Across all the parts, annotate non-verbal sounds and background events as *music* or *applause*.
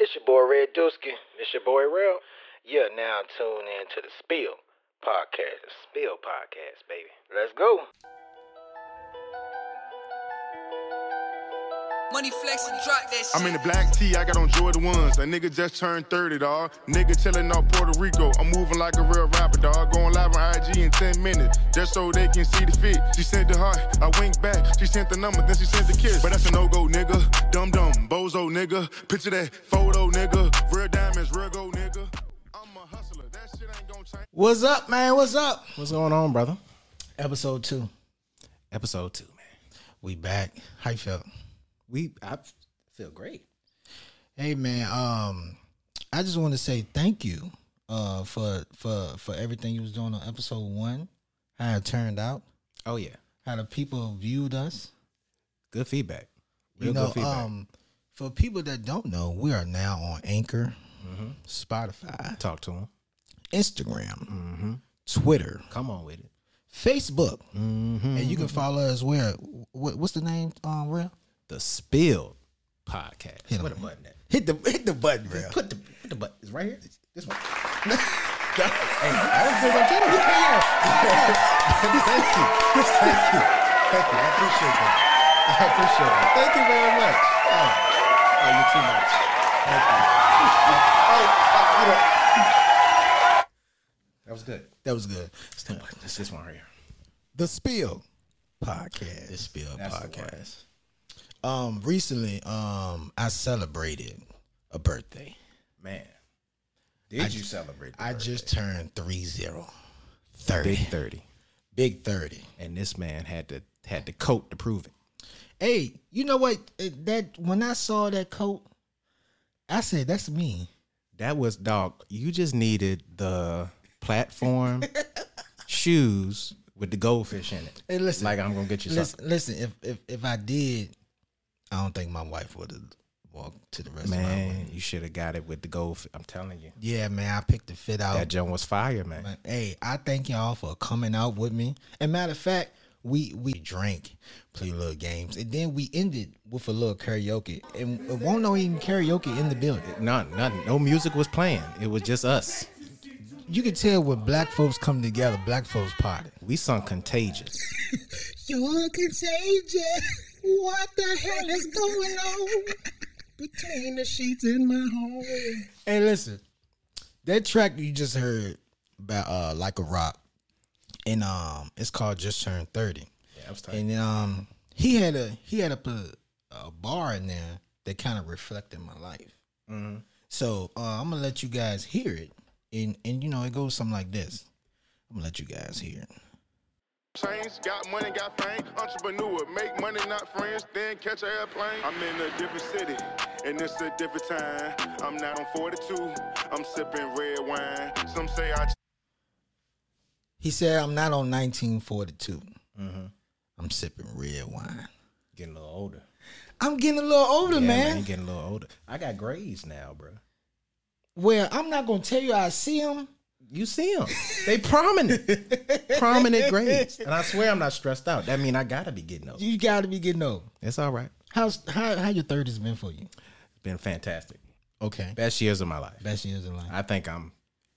It's your boy Red Dusky. It's your boy Real. You're now tuned in to the Spill Podcast. The Spill Podcast, baby. Let's go. Money flex and drop that shit. I'm in the black tee, I got on Jordan ones. A nigga just turned 30, dawg. Nigga chillin' out Puerto Rico. I'm moving like a real rapper, dawg. Going live on IG in 10 minutes, just so they can see the fit. She sent the heart, I winked back. She sent the number, then she sent the kiss. But that's a no go, nigga. Dum dum, bozo, nigga. Picture that photo, nigga. Real diamonds, real gold, nigga. I'm a hustler, that shit ain't gonna change. What's up, man? What's up? What's going on, brother? Episode two. Episode two, man. We back. How you feel? We I feel great. Hey man, um, I just want to say thank you uh for for for everything you was doing on episode one, how it turned out, Oh yeah, how the people viewed us. good feedback. You Real know, good feedback. um, for people that don't know, we are now on Anchor, Spotify, Talk to him. Instagram, Mm-hmm. Twitter, Come on with it. Mm-hmm. Facebook, and you can follow us where. What, what's the name? Um, real. The Spill Podcast. Hit 'em. Where the button at? Hit the hit the button, real. Put the put the button. It's right here. *laughs* This one. *laughs* Thank you. Thank you. Thank you. I appreciate that. I appreciate that. Thank you very much. Oh, oh you're too much. Thank you. Oh, oh, you know. That was good. That was good. It's, the button. It's this one right here. The Spill Podcast. The Spill That's the one. Podcast. Um, recently, um, I celebrated a birthday. Man, did you celebrate? the I birthday? just turned three zero. 30. big Big, thirty, 30. and this man had to had the coat to prove it. Hey, you know what? It- That when I saw that coat, I said, that's me. That was dog. You just needed the *laughs* platform shoes with the goldfish in it. Hey, listen. like I'm gonna get you something. Listen, listen, if if if I did, I don't think my wife would have walked to the restaurant. with me. Man, you should have got it with the gold. I'm telling you, Yeah, man, I picked the fit out. that joint was fire, man. But, hey, I thank y'all for coming out with me. And matter of fact, we we drank, play little games, and then we ended with a little karaoke. And it won't no even karaoke in the building. None, none, no music was playing. It was just us. You can tell when black folks come together, black folks party. We sung "Contagious." *laughs* You're contagious. What the hell is going on between the sheets in my home? Hey, listen, that track you just heard about, uh, like a rock, and um, it's called Just Turned Thirty. Yeah, I was tight. and um, he had a he had a put a bar in there that kind of reflected my life. Mm-hmm. So uh, I'm gonna let you guys hear it, and and you know it goes something like this. I'm gonna let you guys hear it. Chains, got money, got fame. Entrepreneur, make money, not friends. Then catch an airplane. I'm in a different city, and it's a different time. I'm not on 42. I'm sipping red wine. Some say I. He said, "I'm not on 1942. I'm sipping red wine. Mm-hmm. Getting a little older, I'm getting a little older, yeah, man. you Getting a little older. I got grays now, bro. Well, I'm not gonna tell you I see *laughs* him. You see them? *laughs* They prominent, prominent grays. And I swear I'm not stressed out. That mean I gotta be getting those. You got to be getting old. It's all right. How's how how your thirties been for you? It's been fantastic. Okay, Best years of my life. best years in life. I think I'm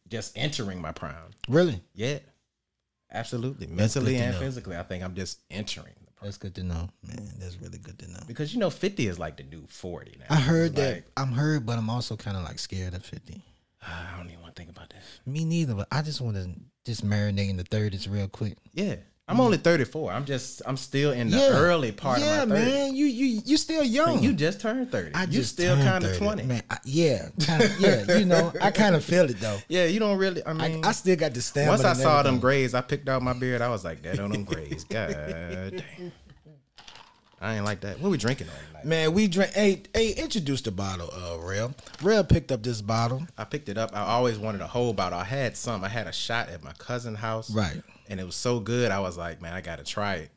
just entering my prime. Really, Yeah, absolutely. good Mentally to and know. physically, I think I'm just entering the prime. that's good to know, man. That's really good to know. Because you know, 50 is like the new 40 now. I heard that Like, I'm heard, but I'm also kind of like scared of fifty. I don't even want to think about that. Me neither, but I just want to just marinate in the thirties real quick. Yeah. I'm only 34. I'm just, I'm still in the Mm. Yeah. early part yeah, of my 30s. man. You you you still Like, young. You just turned 30. I you just still turned kind of 30. 20. Man, I, yeah, kinda, yeah. You know, I kind of feel it though. Yeah, you don't really, I I, mean, I still got the stamina. Mm. once I and saw everything. them grays, I picked out my beard. I was like, *laughs* that on them grays. God damn. I ain't like that. What we drinking on tonight? Man, we drank. Hey, hey, introduce the bottle, uh, Rail. Rail picked up this bottle. I picked it up. I always wanted a whole bottle. I had some. I had a shot at my cousin's house. Right. And it was so good. I was like, man, I got to try it.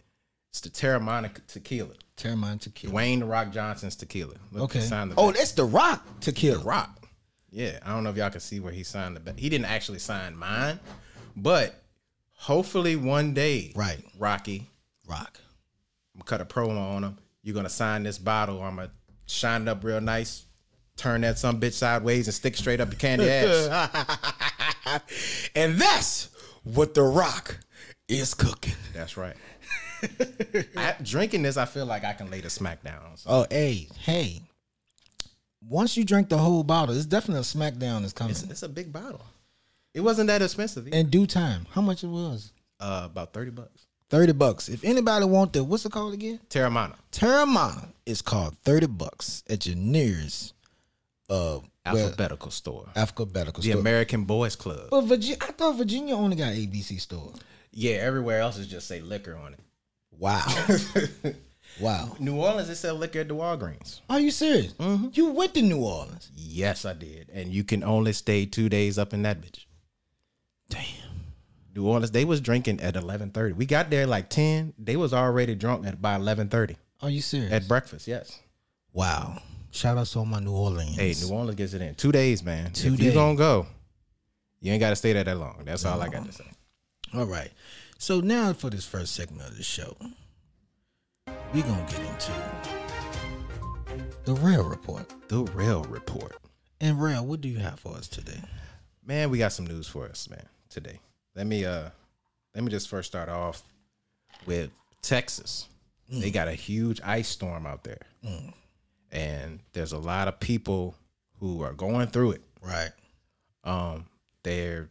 It's the Terramana tequila. Terramine tequila. Wayne The Rock Johnson's tequila. Look, he Okay. Signed the Oh, back. that's the rock tequila. Rock. Yeah. I don't know if y'all can see where he signed the back. He didn't actually sign mine, but hopefully one day, Right. Rocky, Rock. cut a promo on them. You're gonna sign this bottle. I'm gonna shine it up real nice, turn that some bitch sideways, and stick straight up your *laughs* candy ass. and that's what The Rock is cooking. *laughs* That's right. I, drinking this, I feel like I can lay the smack down. So Oh, hey, hey. Once you drink the whole bottle, it's definitely a smackdown that's coming. it's, it's a big bottle. It wasn't that expensive. either. In due time. How much it was? Uh, about thirty bucks. 30 bucks. If anybody want the, what's it called again? Terramana. Terramana is called 30 bucks at your nearest uh well, alphabetical store. alphabetical The store. American Boys Club. but Virginia, I thought Virginia only got ABC store. Yeah, everywhere else is just say liquor on it. *laughs* Wow. wow. New Orleans, they sell liquor at the Walgreens. Are you serious? Mm-hmm. You went to New Orleans. Yes, I did. And you can only stay two days up in that bitch. Damn. New Orleans, they was drinking at eleven thirty. We got there like ten. They was already drunk at by eleven thirty Are you serious? at breakfast. Yes. wow. Shout out to all my New Orleans. Hey, New Orleans gets it in two days, man. Two if you days. gonna go, you ain't gotta stay there that long. That's all I got to say. All right. So now for this first segment of the show, we're gonna get into the rail report. The Rail Report, And rail, what do you have for us today? man. We got some news for us, man. Today, let me uh, let me just first start off with Texas. They got a huge ice storm out there, and there's a lot of people who are going through it. Right. Um, they're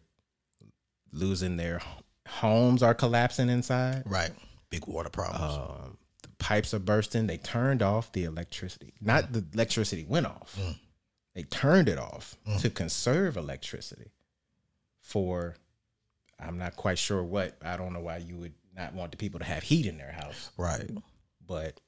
losing their homes, are collapsing inside. Right. Uh, Big water problems. Um, the pipes are bursting. They turned off the electricity. Not the electricity went off. Mm. They turned it off to conserve electricity for I'm not quite sure what. I don't know why you would not want the people to have heat in their house, right. but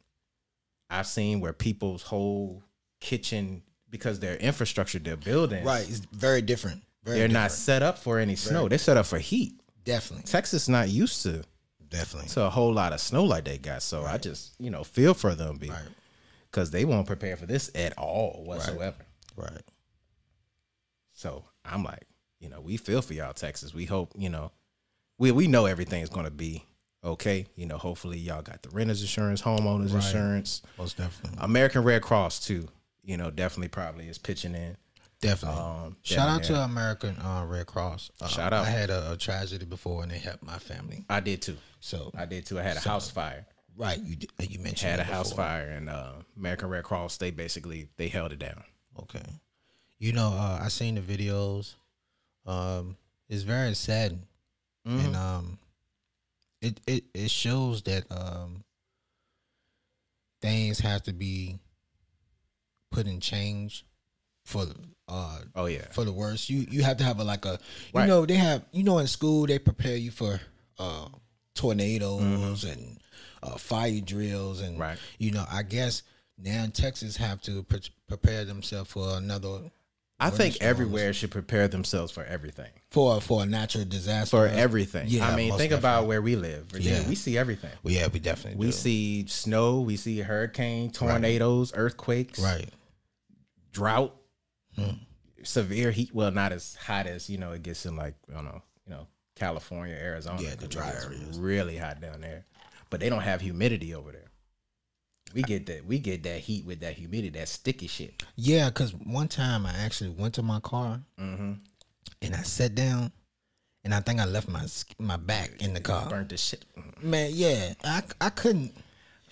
I've seen where people's whole kitchen because their infrastructure they're building Right. It's very different. Very they're not different. set up for any snow. They're set up for heat. definitely. Texas not used to Definitely. to a whole lot of snow like they got. So I just you know feel for them Right. because they won't prepare for this at all whatsoever. Right. So I'm like, you know, we feel for y'all, Texas. We hope you know, we we know everything's gonna be okay. You know, hopefully y'all got the renters insurance, homeowners insurance, Most definitely. American Red Cross too. You know, definitely probably is pitching in. Definitely. Um, Shout down out there. to American uh, Red Cross. Uh, Shout out. I had a, a tragedy before and they helped my family. I did too. So I did too. I had a house fire. right, you d- you mentioned had a that house before. fire and uh, American Red Cross. They basically they held it down. Okay. You know, uh, I seen the videos. Um, it's very sad, and um, it it it shows that um, things have to be put in change for the uh Oh yeah, for the worst. You you have to have a like a you Right. know they have you know in school they prepare you for uh tornadoes and uh, fire drills and Mm-hmm. Right. you know I guess now in Texas have to pre- prepare themselves for another I think everywhere should prepare themselves for everything. for for a natural disaster For everything. Yeah, I mean, most think about where we live. Virginia. Yeah. We see everything. Well, yeah, we definitely We do. see snow, we see hurricane, tornadoes, earthquakes, right Mm. drought, severe heat. Well, not as hot as, you know, it gets in like, I don't know, you know, California, Arizona. Yeah, the 'cause it dry gets areas. Really hot down there. But they don't have humidity over there. We get that we get that heat with that humidity, that sticky shit. yeah because one time I actually went to my car Mm-hmm. and I sat down and I think I left my sk- my back in the car Burnt the shit. Mm, man yeah I I couldn't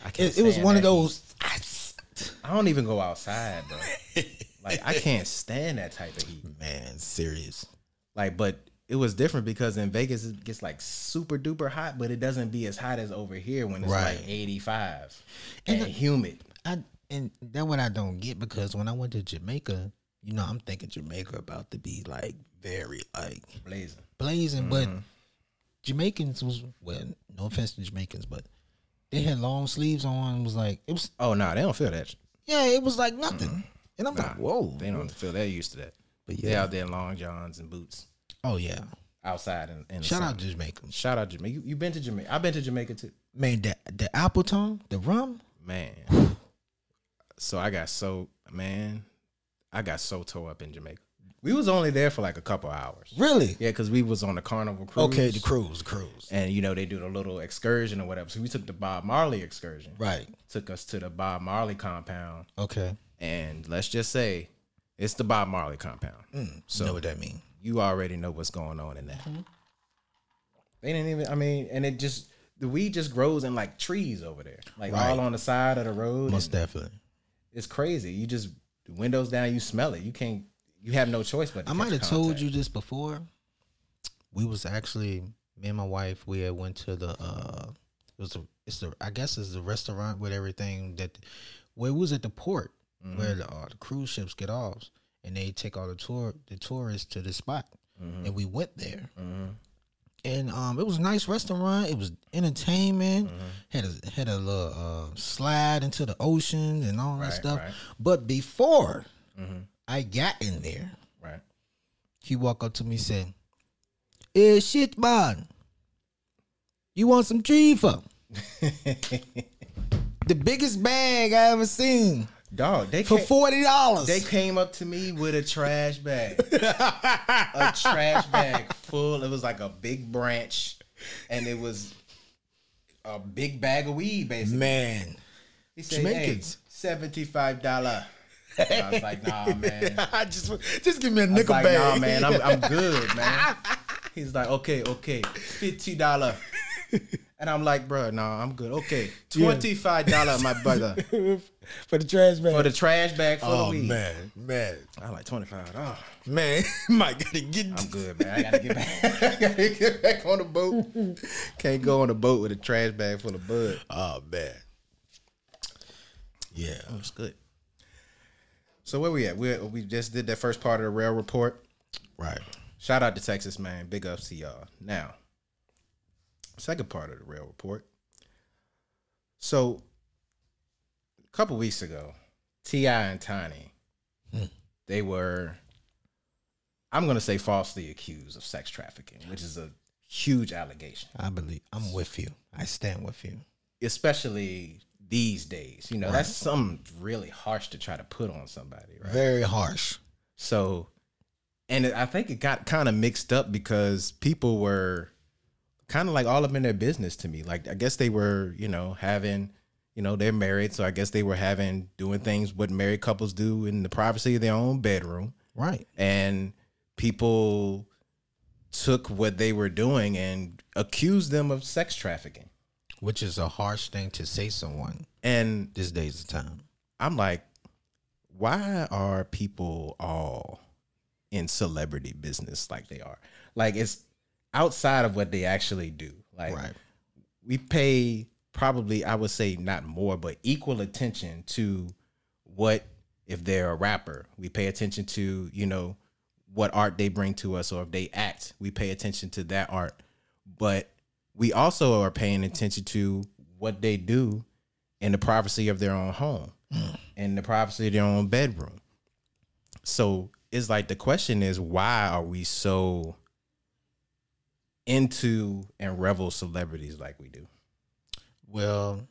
I can't it, it was stand one of that heat. those. I s- I don't even go outside, bro. like I can't stand that type of heat. Man, serious. Like, but it was different because in Vegas it gets like super duper hot, but it doesn't be as hot as over here when it's Right. like eighty five And and, the- humid. I and that what I don't get because when I went to Jamaica, you know, I'm thinking Jamaica about to be like very like Blazing. blazing, but Jamaicans was well, no offense to Jamaicans, but they had long sleeves on. It was like it was Oh no, they don't feel that. yeah, it was like nothing. And I'm like, whoa. They don't feel they're used to that. But They yeah. out there in long johns and boots Oh yeah. outside and, and Shout out to Jamaica. shout out Jamaica. You, you been to Jamaica? I've been to Jamaica too. Man, the the Appleton, the rum. Man. *sighs* So I got so man, I got so tore up in Jamaica. We was only there for like a couple hours. Really? Yeah, because we was on the Carnival cruise. Okay, the cruise, the cruise. and you know they do the little excursion or whatever. So we took the Bob Marley excursion. Right. Took us to the Bob Marley compound, Okay. and let's just say it's the Bob Marley compound. So know what that mean? You already know what's going on in that. Mm-hmm. They didn't even. I mean, and it just the weed just grows in like trees over there, like Right. all on the side of the road. Most and definitely. it's crazy. You just windows down, you smell it. You can't. You have no choice but. To I might catch have told contact. you this before. We was actually me and my wife. We had went to the. uh It was a. It's the. I guess it's the restaurant with everything that. Where we was at the port Mm-hmm. where the, uh, the cruise ships get off, and they take all the tour the tourists to this spot, Mm-hmm. and we went there. And um, it was a nice restaurant. It was entertainment. Mm-hmm. Had a had a little uh, slide into the ocean and all that Right, stuff. right. Mm-hmm. But before I got in there, Right. he walked up to me and said, Hey, shit, man. You want some Treva? *laughs* the biggest bag I ever seen Dog, they for can't- $40. They came up to me with a *laughs* trash bag. a trash bag full. It was like a big branch. And it was a big bag of weed, basically. Man. he said, Jamaicans. Hey, $75. I was like, nah, man. I *laughs* I just just give me a was nickel like, bag. nah, man, I'm, I'm *laughs* good, man. He's like, okay, okay, $50. And I'm like, bro, no, I'm good. Okay, $25, my brother, *laughs* For the trash bag. for the trash bag full oh, of weed. man. Man. I'm like, 25 Oh. Ah, Man. *laughs* My gotta get I'm good, man. I gotta get back. *laughs* I gotta get back on the *laughs* boat. Can't go on the boat with a trash bag full of bud. Oh man. Yeah. That's good. So where we at? We we just did that first part of the rail report. Right. Shout out to Texas, man. Big ups to y'all. Now, second part of the rail report. So, a couple weeks ago, Ti and Tiny, they were, I'm gonna say, falsely accused of sex trafficking, which is a huge allegation. I believe I'm with you. I stand with you. especially these days. You know, that's something really harsh to try to put on somebody, right? Very harsh. So, and I think it got kind of mixed up because people were kind of like all up in their business to me. Like, I guess they were, you know, having, you know, they're married. So I guess they were having, doing things what married couples do in the privacy of their own bedroom Right. and people took what they were doing and accused them of sex trafficking. Which is a harsh thing to say someone And this day's the time. I'm like, why are people all in celebrity business like they are? Like it's outside of what they actually do. Like Right. we pay probably I would say not more, but equal attention to what if they're a rapper. We pay attention to, you know, what art they bring to us or if they act. We pay attention to that art. But we also are paying attention to what they do in the privacy of their own home, in the privacy of their own bedroom. So it's like the question is why are we so into and revel celebrities like we do? Well,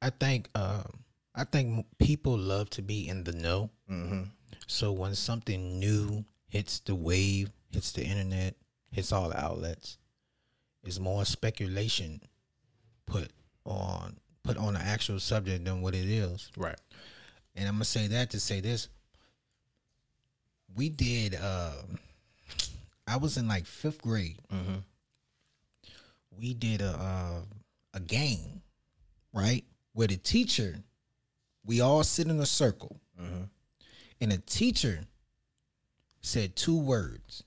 I think um I think m- people love to be in the know. Mm-hmm. So when something new hits the wave, hits the internet, hits all the outlets, it's more speculation put on put on the actual subject than what it is. Right. and I'm gonna say that to say this. We did. Uh, I was in like fifth grade. Mm-hmm. We did a uh, a game, right? Where the teacher, we all sit in a circle, Mm-hmm. and the teacher said two words,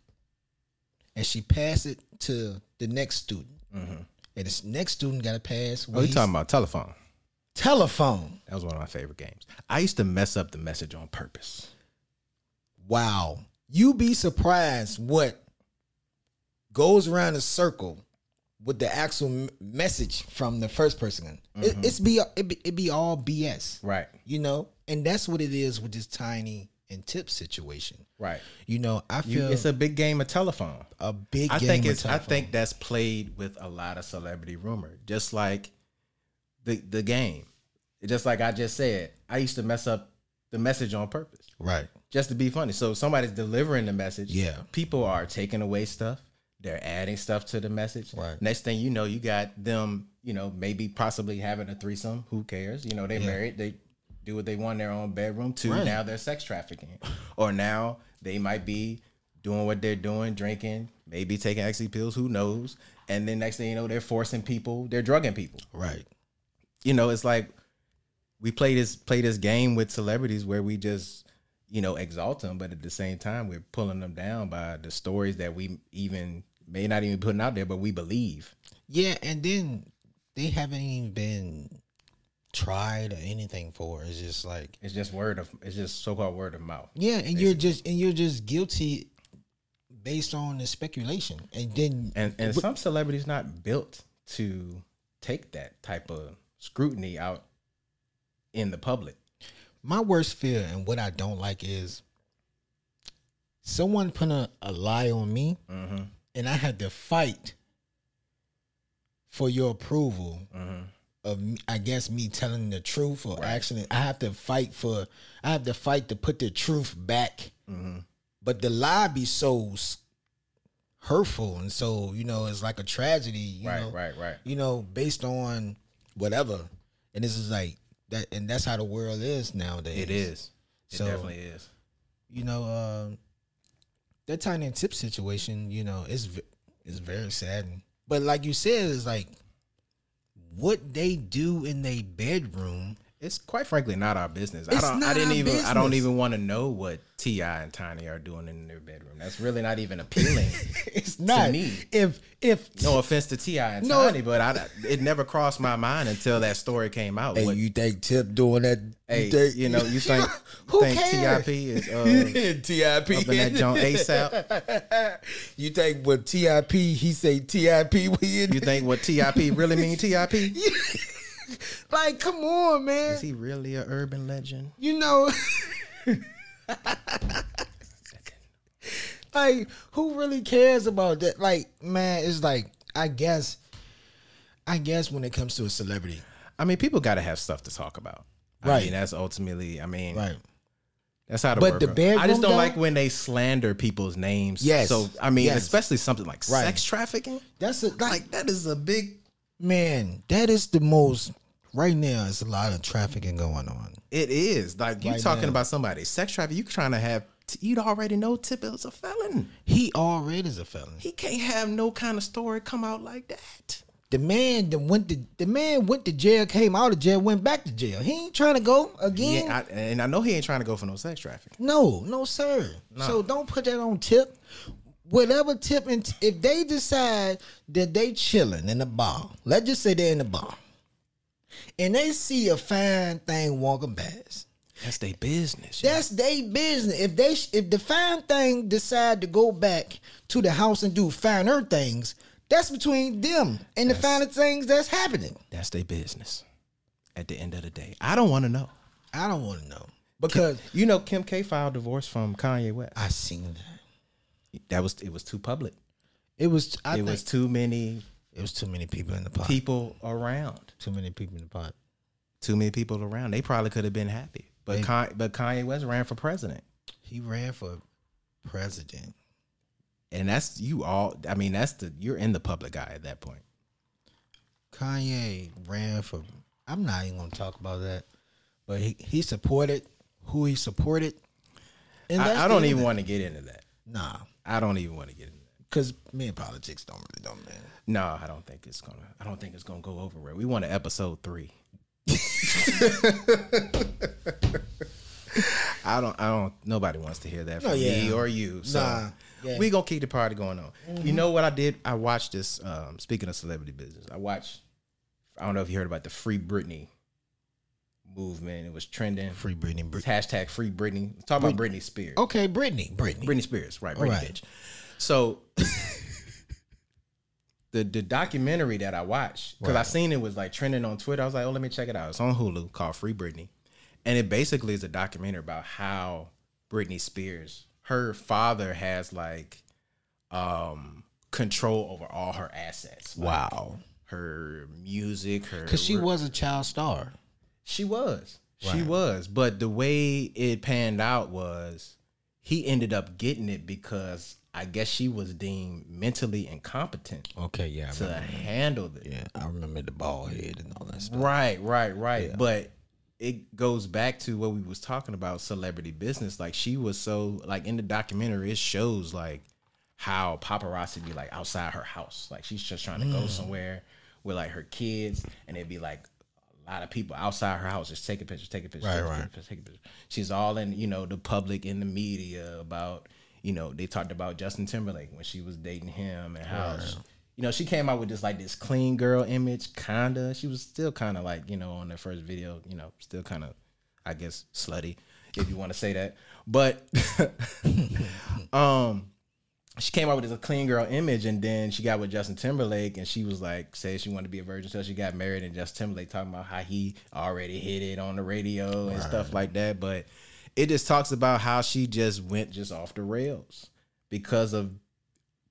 and she passed it to the next student, and this next student got to pass. Mm-hmm. Oh, what you he- talking about telephone? telephone? That was one of my favorite games. I used to mess up the message on purpose. Wow. You be surprised what goes around a circle with the actual m- message from the first person. It, it's be it, be it be all BS. Mm-hmm. Right. You know? And that's what it is with this tiny and tip situation. Right. You know, I You, feel It's a big game of telephone. a big I game think of it's. I telephone. think that's played with a lot of celebrity rumor, just like the the game. Just like I just said, I used to mess up the the message on purpose Right. just to be funny. So somebody's delivering the message. Yeah. People are taking away stuff. They're adding stuff to the message. Right. Next thing you know, you got them, you know, maybe possibly having a threesome. Who cares? You know, they married. They do what they want in their own bedroom too. Right. Now they're sex trafficking. *laughs* or now they might be doing what they're doing, drinking, maybe taking ecstasy pills, who knows? And then next thing you know, they're forcing people, they're drugging people Right. you know, it's like we play this play this game with celebrities where we just you know exalt them, but at the same time we're pulling them down by the stories that we even may not even be putting out there, but we believe. Yeah, and then they haven't even been tried or anything for. it. It's just like It's just word of it's just so called word of mouth. yeah, and you're just and you're just guilty based on the speculation, and then And and some celebrities not built to take that type of scrutiny out in the public. my worst fear and what I don't like is someone put a, a lie on me Mm-hmm. and I had to fight for your approval Mm-hmm. of me- I guess me telling the truth or actually I have to fight for I have to fight to put the truth back Mm-hmm. but the lie be so s- hurtful and so you know it's like a tragedy you right, know right, right. you know, based on whatever. And this is like that, and that's how the world is nowadays. It is. It So- definitely is. You know, um that tiny tip situation. You know, it's ve- it's very saddening. But like you said, it's like what they do in their bedroom. *laughs* It's quite frankly not our business. I It's don't. I not didn't our even. I don't business. even want to know what Ti and Tiny are doing in their bedroom. That's really not even *laughs* appealing. It's not me. if if no offense to Ti and No. Tiny, but I, it never crossed my mind until that story came out. Hey, What- you think Tip doing that? hey, you, think, you know, you think *laughs* Who think cares? Tip *laughs* is uh, Tip up in that joint *laughs* ASAP? You think with Tip he say Tip we in You think what Tip really mean? Tip *laughs* is Like, come on, man. he really a urban legend? You know. *laughs* like, who really cares about that? Like, man, it's like, I guess, I guess when it comes to a celebrity, I mean, people got to have stuff to talk about. I Right. mean, that's ultimately. I mean, right? That's how. The But word the goes. bedroom, I just don't though? like when they slander people's names. Yes. So I mean, Yes. especially something like Right. sex trafficking. That's a, like, Like that is a big. man, that is the most. Right now, it's a lot of trafficking going on. It is like you Right talking now. about somebody sex trafficking. You trying to have. You already know Tip is a felon. He already is a felon. He can't have no kind of story come out like that. The man that went to the man went to jail, came out of jail, went back to jail. He ain't trying to go Yeah, again. I, and I know he ain't trying to go for no sex trafficking. No, no, sir. So don't put that on tip. Whatever tip, and if they decide that they chilling in the bar, let's just say they're in the bar, and they see a fine thing walking past, That's their business. that's they business. If they sh- if the fine thing decide to go back to the house and do finer things, that's between them and the finer things that's happening. That's their business. At the end of the day, I don't want to know. I don't want to know because You know, Kim K filed divorce from Kanye West. I seen that. That was it was too public. It was I it think was too many it was too many people in the pot. people around. Too many people in the pot. Too many people around. They probably could have been happy, but Con- but Kanye West ran for president, He ran for president. and that's you all. I mean, that's the you're in the public eye at that point. Kanye ran for. I'm not even gonna talk about that, but he, he supported who he supported. And that's I, I the don't end even of want to get into that. it. Nah, I don't even want to get into that. because me and politics don't really don't man. No, I don't think it's gonna. I don't think it's gonna go over well. We want an episode *laughs* three. I don't. I don't. Nobody wants to hear that from No, Oh, me yeah. or you. So Nah, yeah. we gonna keep the party going on. You know what I did? I watched this. Um, speaking of celebrity business, I watched. I don't know if you heard about the Free Britney movement. It was trending. Free Britney. Brit- Hashtag Free Britney. Talk about Britney Spears. okay, Britney. Britney. Britney Spears, right? All Britney right. bitch. So the the documentary that I watched because I seen it was like trending on Twitter. I was like, oh, let me check it out. It's on Hulu called Free Britney, and it basically is a documentary about how Britney Spears, her father has like um control over all her assets. Like, Wow. her music, her Because she was a child star. she was. She was, but the way it panned out was he ended up getting it because I guess she was deemed mentally incompetent Okay, yeah, I to remember, handle it. yeah, I remember the bald head and all that stuff. Right, right, right. But it goes back to what we was talking about celebrity business. Like she was so like in the documentary, it shows like how paparazzi be like outside her house. Like she's just trying to Mm. go somewhere with like her kids, and it'd be like a lot of people outside her house just taking pictures, taking pictures, Right, taking right. pictures, taking pictures. She's all in you know the public in the media about you know they talked about Justin Timberlake when she was dating him and how. she- you know, she came out with just like this clean girl image, kinda. She was still kind of like, you know, on the first video, you know, still kind of, I guess, slutty, if you want to say that. But *laughs* um, she came out with this clean girl image, and then she got with Justin Timberlake, and she was like, saying she wanted to be a virgin till she got married, and Justin Timberlake talking about how he already hit it on the radio and stuff like that. But it just talks about how she just went just off the rails because of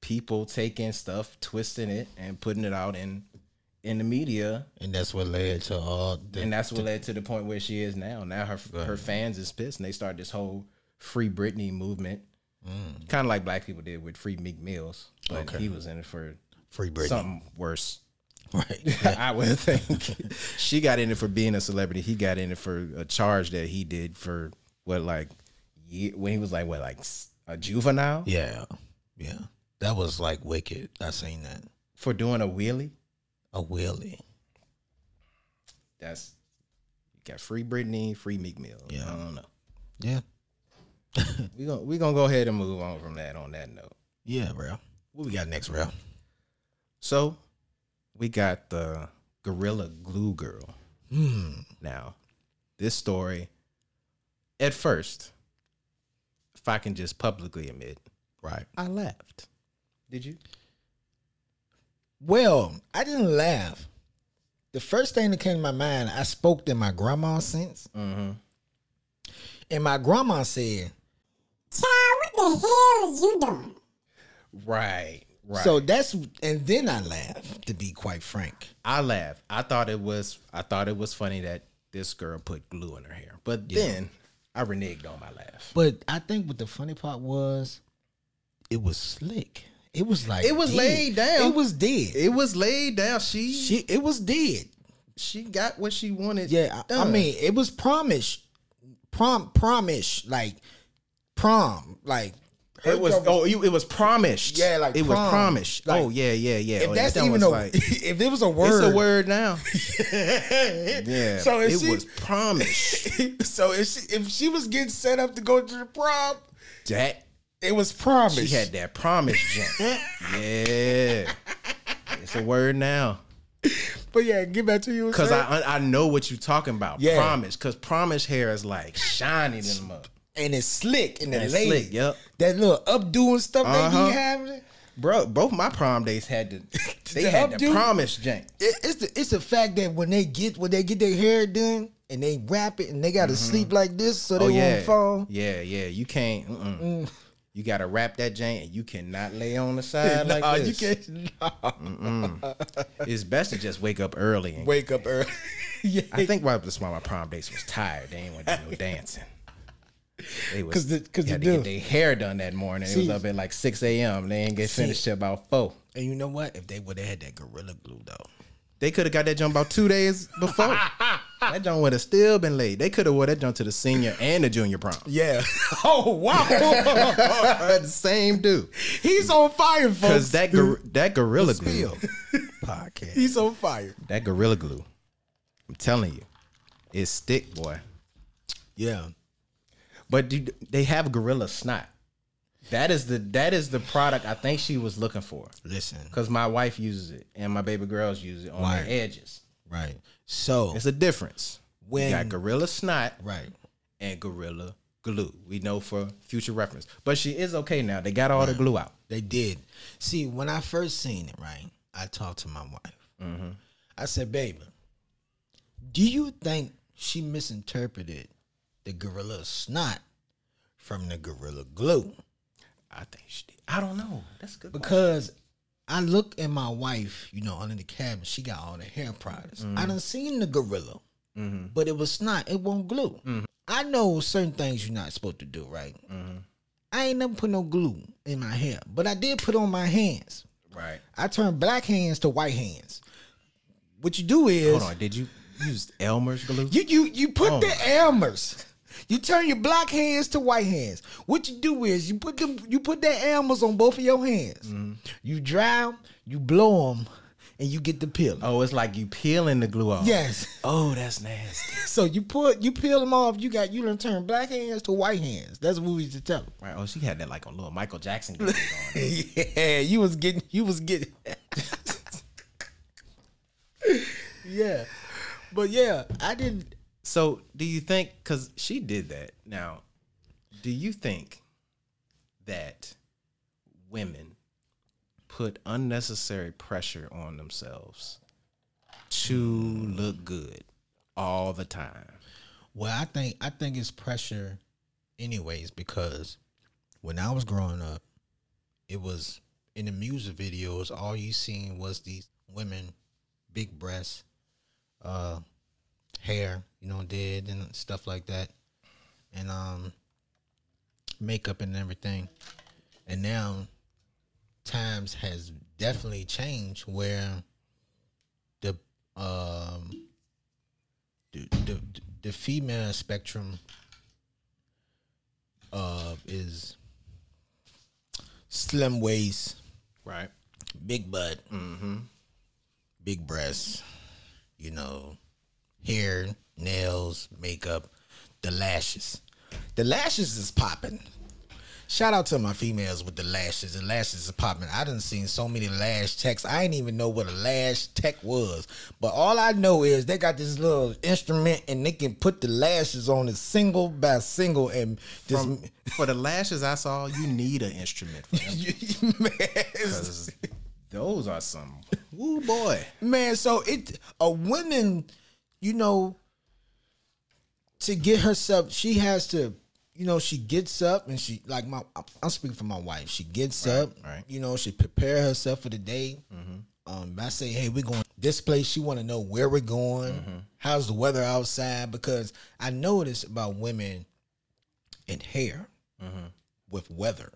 people taking stuff, twisting it, and putting it out in in the media, And that's what led to all the and that's what led to the point where she is now. Now her her fans is pissed, and they start this whole free Britney movement, Mm. kind of like black people did with free Meek Mills, but he was in it for free Britney. something worse. *laughs* Right. I would think *laughs* she got in it for being a celebrity. He got in it for a charge that he did for what like ye- when he was like what like s- a juvenile yeah. Yeah. That was like wicked. I seen that. for doing a wheelie. A wheelie. That's you got free Britney, free Meek Mill. Yeah. I don't know. Yeah. We gonna we gonna go ahead and move on from that on that note. Yeah, bro. What we got next, bro? So we got the Gorilla Glue Girl. Hmm. Now, this story, at first, if I can just publicly admit, Right. I laughed. Did you? Well, I didn't laugh. The first thing that came to my mind, I spoke in my grandma's sense. Mm-hmm. And my grandma said, Right. Right. so that's, and then I laughed, to be quite frank. I laughed. I thought it was I thought it was funny that this girl put glue in her hair. But then I reneged on my laugh. But I think what the funny part was, it was slick. It was like, It was dead. laid down. It was dead. It was laid down. She she, she, it was dead. got what she wanted. Yeah, I- I done. mean, it was promised, prom, promised, like prom, like It was oh, you, it was promised. Yeah, like it was prom. promised. Like, oh yeah, yeah, yeah. If Oh, yeah, that's that even was a, like, *laughs* if it was a word, it's a word now. Yeah, So it if she, was *laughs* *laughs* promised. so if she, if she was getting set up to go to the prom, that it was promised. she had that promise *laughs* jump. yeah, it's a word now. but yeah, get back to you. Cause I I know what you're talking about. Yeah. Promise. Cause promise hair is like shiny them up. and it's slick and the And lady, slick, yep. that little updo and stuff they Uh-huh. be having. Bro, both my prom days had *laughs* to they The had the updo? promise jank. It, it's the it's the fact that when they get when they get their hair done and they wrap it and they got to sleep like this so they oh yeah, won't fall. yeah, yeah. You can't. Mm-mm. You gotta wrap that jank, and you cannot lay *laughs* on the side like Nah, this. you can't *laughs* It's best to just wake up early. And, wake up early. *laughs* yeah, I think why that's why my prom dates was tired. They ain't want to do *laughs* no dancing. They was 'Cause the- 'cause they had the to get dude- their hair done that morning. it was See- up at like six a.m. They ain't get finished till about four. and you know what? If they would have had that gorilla glue though, They could have got that jump about two days *laughs* before. that jump would have still been late. They could have wore that jump to the senior and the junior prom. *laughs* yeah. *laughs* oh *laughs* wow, Uh, the same dude. he's on fire, folks. Because that gor- that gorilla glue, Bill podcast. He's on fire. that gorilla glue, I'm telling you, it's thick, boy. Yeah. But do, they have gorilla snot. That is the that is the product I think she was looking for. Listen, Cause my wife uses it and my baby girls use it on Right. their edges. right. So It's a difference. When- we got gorilla snot right. and gorilla glue. We know for future reference. But she is okay now. They got all the glue out. They did. See, when I first seen it, right, I talked to my wife. I said, "Baby, do you think she misinterpreted the gorilla snot from the gorilla glue?" I think she did. I don't know. That's a good. Because Because I look at my wife, you know, under the cabinet, she got all the hair products. I done seen the gorilla. but it was not. It won't glue. I know certain things you're not supposed to do, right? I ain't never put no glue in my hair, but I did put on my hands. Right. I turned black hands to white hands. What you do is Hold on. Did you use Elmer's glue? you you you put the Oh. Elmers. You turn your black hands to white hands. What you do is you put them you put that Elmers on both of your hands. Mm-hmm. You dry 'em, you blow them, and you get the peel. oh, it's like you peeling the glue off. Yes. *laughs* Oh, that's nasty. So you put you peel them off. You got you done turn black hands to white hands. That's what we used to tell. 'em. right. Oh, she had that like a little Michael Jackson *laughs* glue on. *laughs* yeah, you was getting you was getting. *laughs* yeah, but yeah, I didn't. So, do you think cuz she did that. Now, do you think that women put unnecessary pressure on themselves to look good all the time? Well, I think I think it's pressure, anyways, because when I was growing up, it was in the music videos. All you seen was these women, big breasts, uh, hair, you know, did and stuff like that, and um, makeup and everything. And now, times has definitely changed where the um the the, the female spectrum uh is slim waist, Right. big butt, big breasts, you know, hair, nails, makeup, the lashes. The lashes is popping. Shout out to my females with the lashes. The lashes is popping. I done seen so many lash techs. I didn't even know what a lash tech was. But all I know is they got this little instrument and they can put the lashes on it single by single and just From, for the lashes I saw, you need an instrument for them. *laughs* Man, it's- 'cause those are some. Woo boy. Man, so it a woman, you know, to get herself, she has to, you know, she gets up and she like my. I'm speaking for my wife. She gets up, right. Mm-hmm. You know, she prepare herself for the day. Um, I say, hey, we're going this place. She want to know where we're going. Mm-hmm. How's the weather outside? Because I notice about women and hair with weather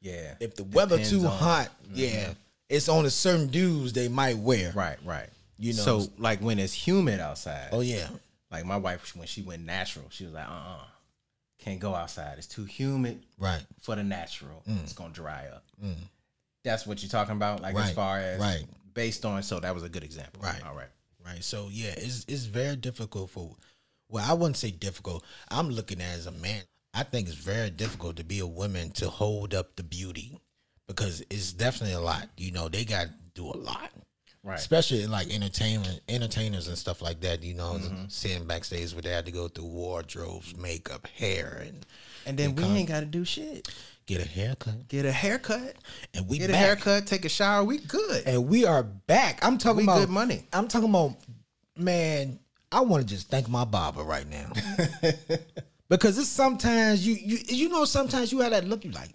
Yeah. if the weather Mm-hmm. Depends too on- Mm-hmm. hot, yeah, it's on a certain dudes they might wear. Right, right. You know. so like when it's humid outside, Oh yeah. like my wife when she went natural, she was like, uh, uh can't go outside. It's too humid Right. for the natural. Mm. It's gonna dry up. That's what you're talking about. Like as Right, far as right. based on. So that was a good example. Right. All right. Right. So yeah, it's it's very difficult for well, I wouldn't say difficult. I'm looking at it as a man. I think it's very difficult to be a woman to hold up the beauty because it's definitely a lot. You know, they got to do a lot. Right. Especially in like entertainment entertainers and stuff like that, you know, Mm-hmm. sitting backstage where they had to go through wardrobes, makeup, hair and and then we ain't gotta do shit. get a haircut. Get a haircut. And we Get a back. haircut, take a shower, we good. and we are back. I'm talking We about good money. I'm talking about man. I want to just thank my barber right *laughs* now because it's sometimes you you you know sometimes you have that look you like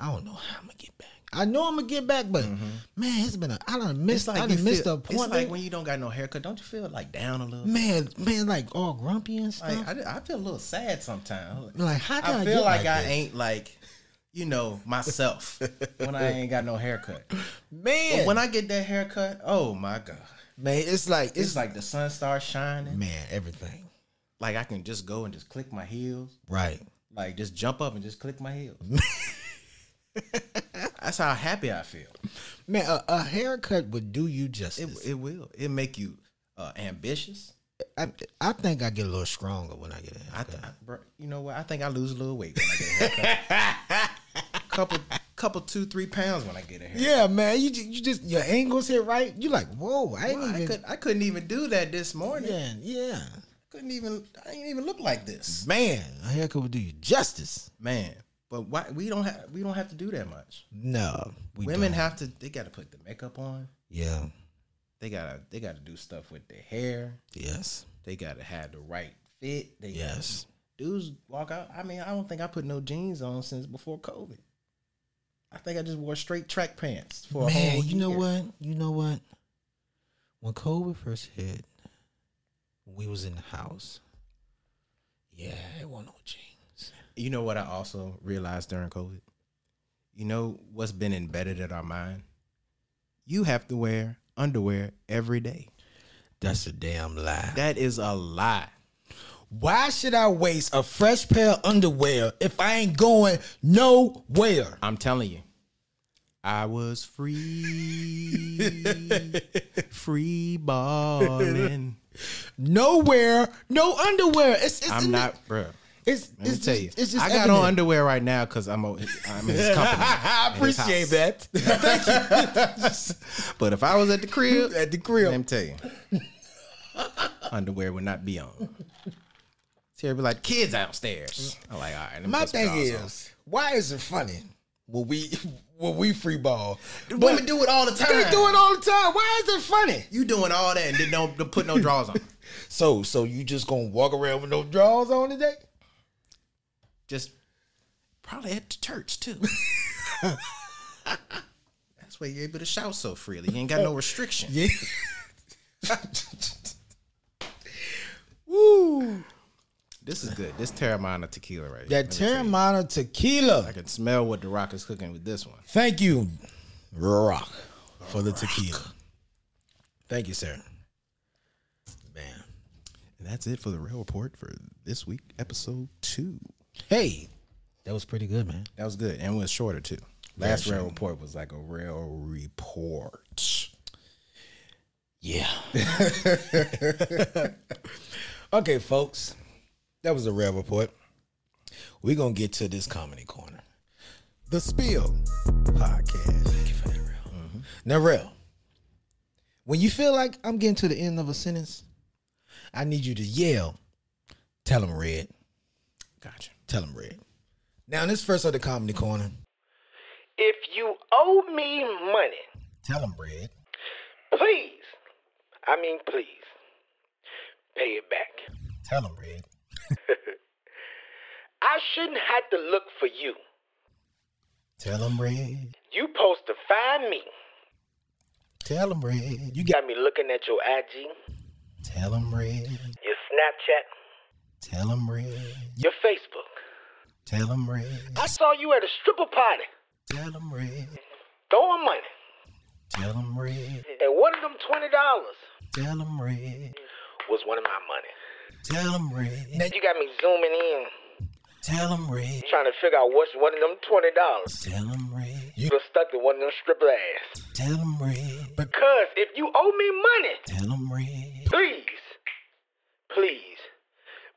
I don't know how I'm gonna get back. I know I'm gonna get back, but man, it's been a I done missed I Mm-hmm. you done missed feel- the appointment. It's like when you don't got no haircut, don't you feel like down a little? man, man, like all grumpy and stuff. Like, I, I feel a little sad sometimes. Like, how did I I feel get like, like I this? ain't like, you know, *laughs* myself when I ain't got no haircut. man, But when I get that haircut, oh my god, man, it's like it's, it's like the sun starts shining. man, everything Like I can just go and just click my heels. right. Like just jump up and just click *laughs* my heels. That's how happy I feel. Man, a, a haircut would do you justice. It it will. It make you uh, ambitious. I, I think I get a little stronger when I get it. I, th- I bro, you know what? I think I lose a little weight when I get a *laughs* haircut. couple, couple, two, three pounds when I get a haircut. Yeah, man, you just, you just your angles hit right. You like, whoa, I ain't Well, I even. could I couldn't even do that this morning. yeah, yeah, Couldn't even I ain't even look like this. man, a haircut would do you justice. Man, but why we don't have we don't have to do that much. No, we Women don't. have to they gotta put the makeup on. yeah, They gotta they gotta do stuff with their hair. yes, They gotta have the right fit. They gotta- yes. dudes walk out. I mean, I don't think I put no jeans on since before COVID. I think I just wore straight track pants for a whole Man, you know year. what? You know what? When COVID first hit, We was in the house. Yeah, it wasn't no jeans. You know what I also realized during COVID? You know what's been embedded in our mind? You have to wear underwear every day. That's a damn lie. That is a lie. Why should I waste a fresh pair of underwear if I ain't going nowhere? I'm telling you. I was *laughs* free, free balling. Nowhere, no underwear. It's, it's I'm in not, bro. The, it's Let me it's tell just, you, It's just I *laughs* got on underwear right now because I'm, a, I'm in his company. I in his appreciate house. that. *laughs* Thank But if I was at the crib, you. *laughs* At the Let me crib. tell you, underwear would not be on. Terry be like, kids downstairs. I'm like, all right. let me My put some thing drawers on." is, why is it funny when we *laughs* when we free ball? women do it all the time. They do it all the time. Why is it funny? You doing all that and then don't, don't put no drawers on. *laughs* So so you just gonna walk around with no drawers on today? Just probably at the *laughs* church too. That's why you're able to shout so freely. You ain't got no restriction. Oh. *laughs* Yeah. This is good. This Terramana tequila right here. That Terramana tequila. I can smell what the Rock is cooking with this one. Thank you, Rock, for the tequila. Thank you, sir. Man. And that's it for the real report for this week, episode two. Hey, that was pretty good, man. That was good, and it was shorter too. Last short. rail report was like a rail report. Yeah. *laughs* okay, folks. That was the Rev Report. We're going to get to this comedy corner. The Spill Podcast. Thank you for that, Rel. Now, Rel, when you feel like I'm getting to the end of a sentence, I need you to yell, tell them red. Gotcha. Tell them red. Now, in this first of the comedy corner, If you owe me money, tell them red. please, I mean, please, pay it back. Tell them red. I shouldn't have to look for you. Tell them red. You supposed to find me. Tell them red. You You got me looking at your IG, Tell them red. your Snapchat, Tell them red. your Facebook. Tell them red. I saw you at a stripper party Tell them red. throwing money. Tell them red. And one of them $20 Tell them red. was one of my money. Tell them red. You got me zooming in, Tell them red. trying to figure out what's one of them $20. Tell them red. You done stuck to one of them stripper ass. Tell them red. But Because if you owe me money, tell them red. please, please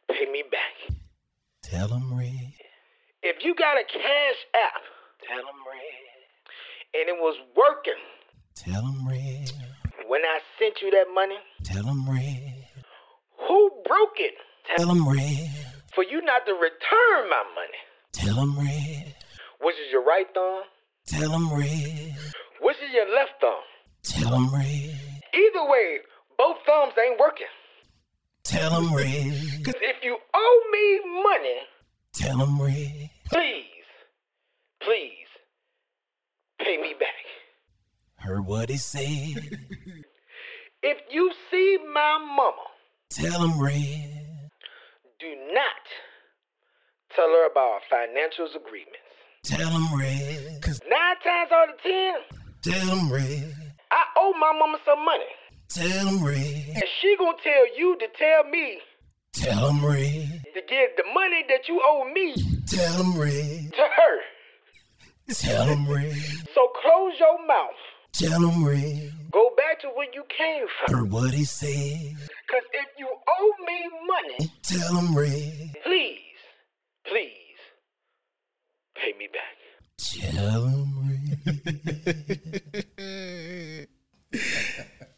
pay me back. Tell them red. If you got a cash app, tell them red. And it was working Tell them red. when I sent you that money, Tell them red. who broke it Tell them red. for you not to return my money? Tell them red. Which is your right thumb? Tell them red. Which is your left thumb? Tell them red. Either way, both thumbs ain't working. Tell them red. Because if you owe me money, Tell them red. please, please pay me back. Heard what he said. If you see my mama, Tell them red. do not tell her about our financials agreements. Tell them red. Cause Nine times out of ten, tell them red. I owe my mama some money. Tell them red. And she gonna tell you to tell me Tell them red. to give the money that you owe me Tell them red. to her. Tell them red. So close your mouth. Tell them red. Go back to where you came from. Heard what he said. Cause if you owe me money, Tell them red. please, please, pay me back. Tell them red.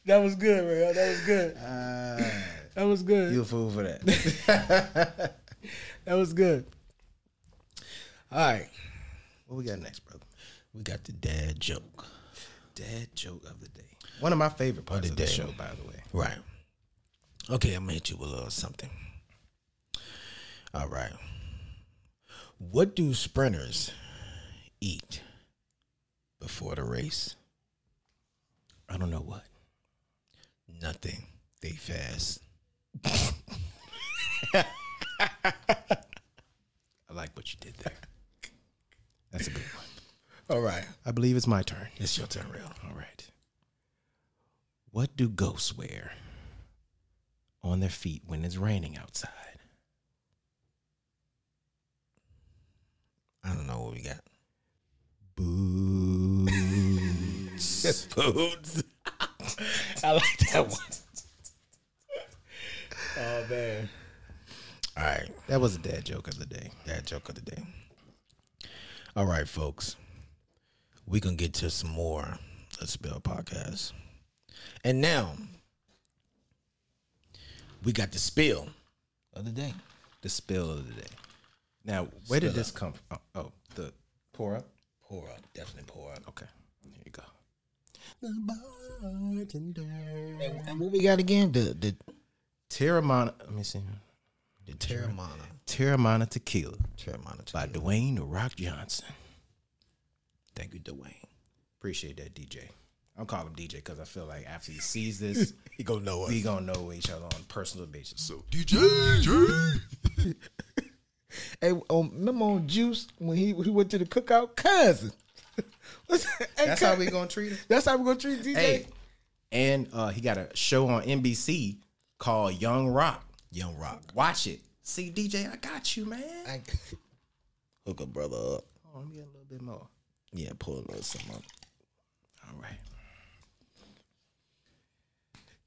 That was good, Rail. That was good. that was good. You a fool for that. That was good. All right. what we got next, brother? We got the dad joke. Dad joke of the day. One of *laughs* my favorite parts of the day. show, by the way. Right. Okay, I'm gonna hit you with a little something. All right. What do sprinters eat before the race? I don't know what. Nothing. They fast. I like what you did there. That's a good one. All right. I believe it's my turn. It's your turn, real. All right. What do ghosts wear on their feet when it's raining outside? I don't know what we got. Boots. Boots. I like that one. oh man. All right. That was a dad joke of the day. That joke of the day. All right, folks. We can get to some more Let's Build podcast. And now we got the spill of the day. The spill of the day. Now, where did this come from? Oh, oh, the pour up. Pour up, definitely pour up. Okay. Here you go. And, what we got again? The the Terramana. Let me see. the Terramana. Terramana Tequila Terramana. by Dwayne the Rock Johnson. Thank you, Dwayne. Appreciate that, DJ. I'll call him DJ because I feel like after he sees *laughs* this, He gonna know us. we gonna know each other on a personal basis. So Hey, um, remember on Juice when he, he went to the cookout, cousin. *laughs* What's- hey, that's how we gonna *laughs* treat him. That's how we gonna treat DJ. Hey, and uh, he got a show on NBC called Young Rock. Young Rock. Watch it. See, DJ, I got you, man. I, hook a brother up. Oh, let me get a little bit more. Yeah, pull a little something up. All right.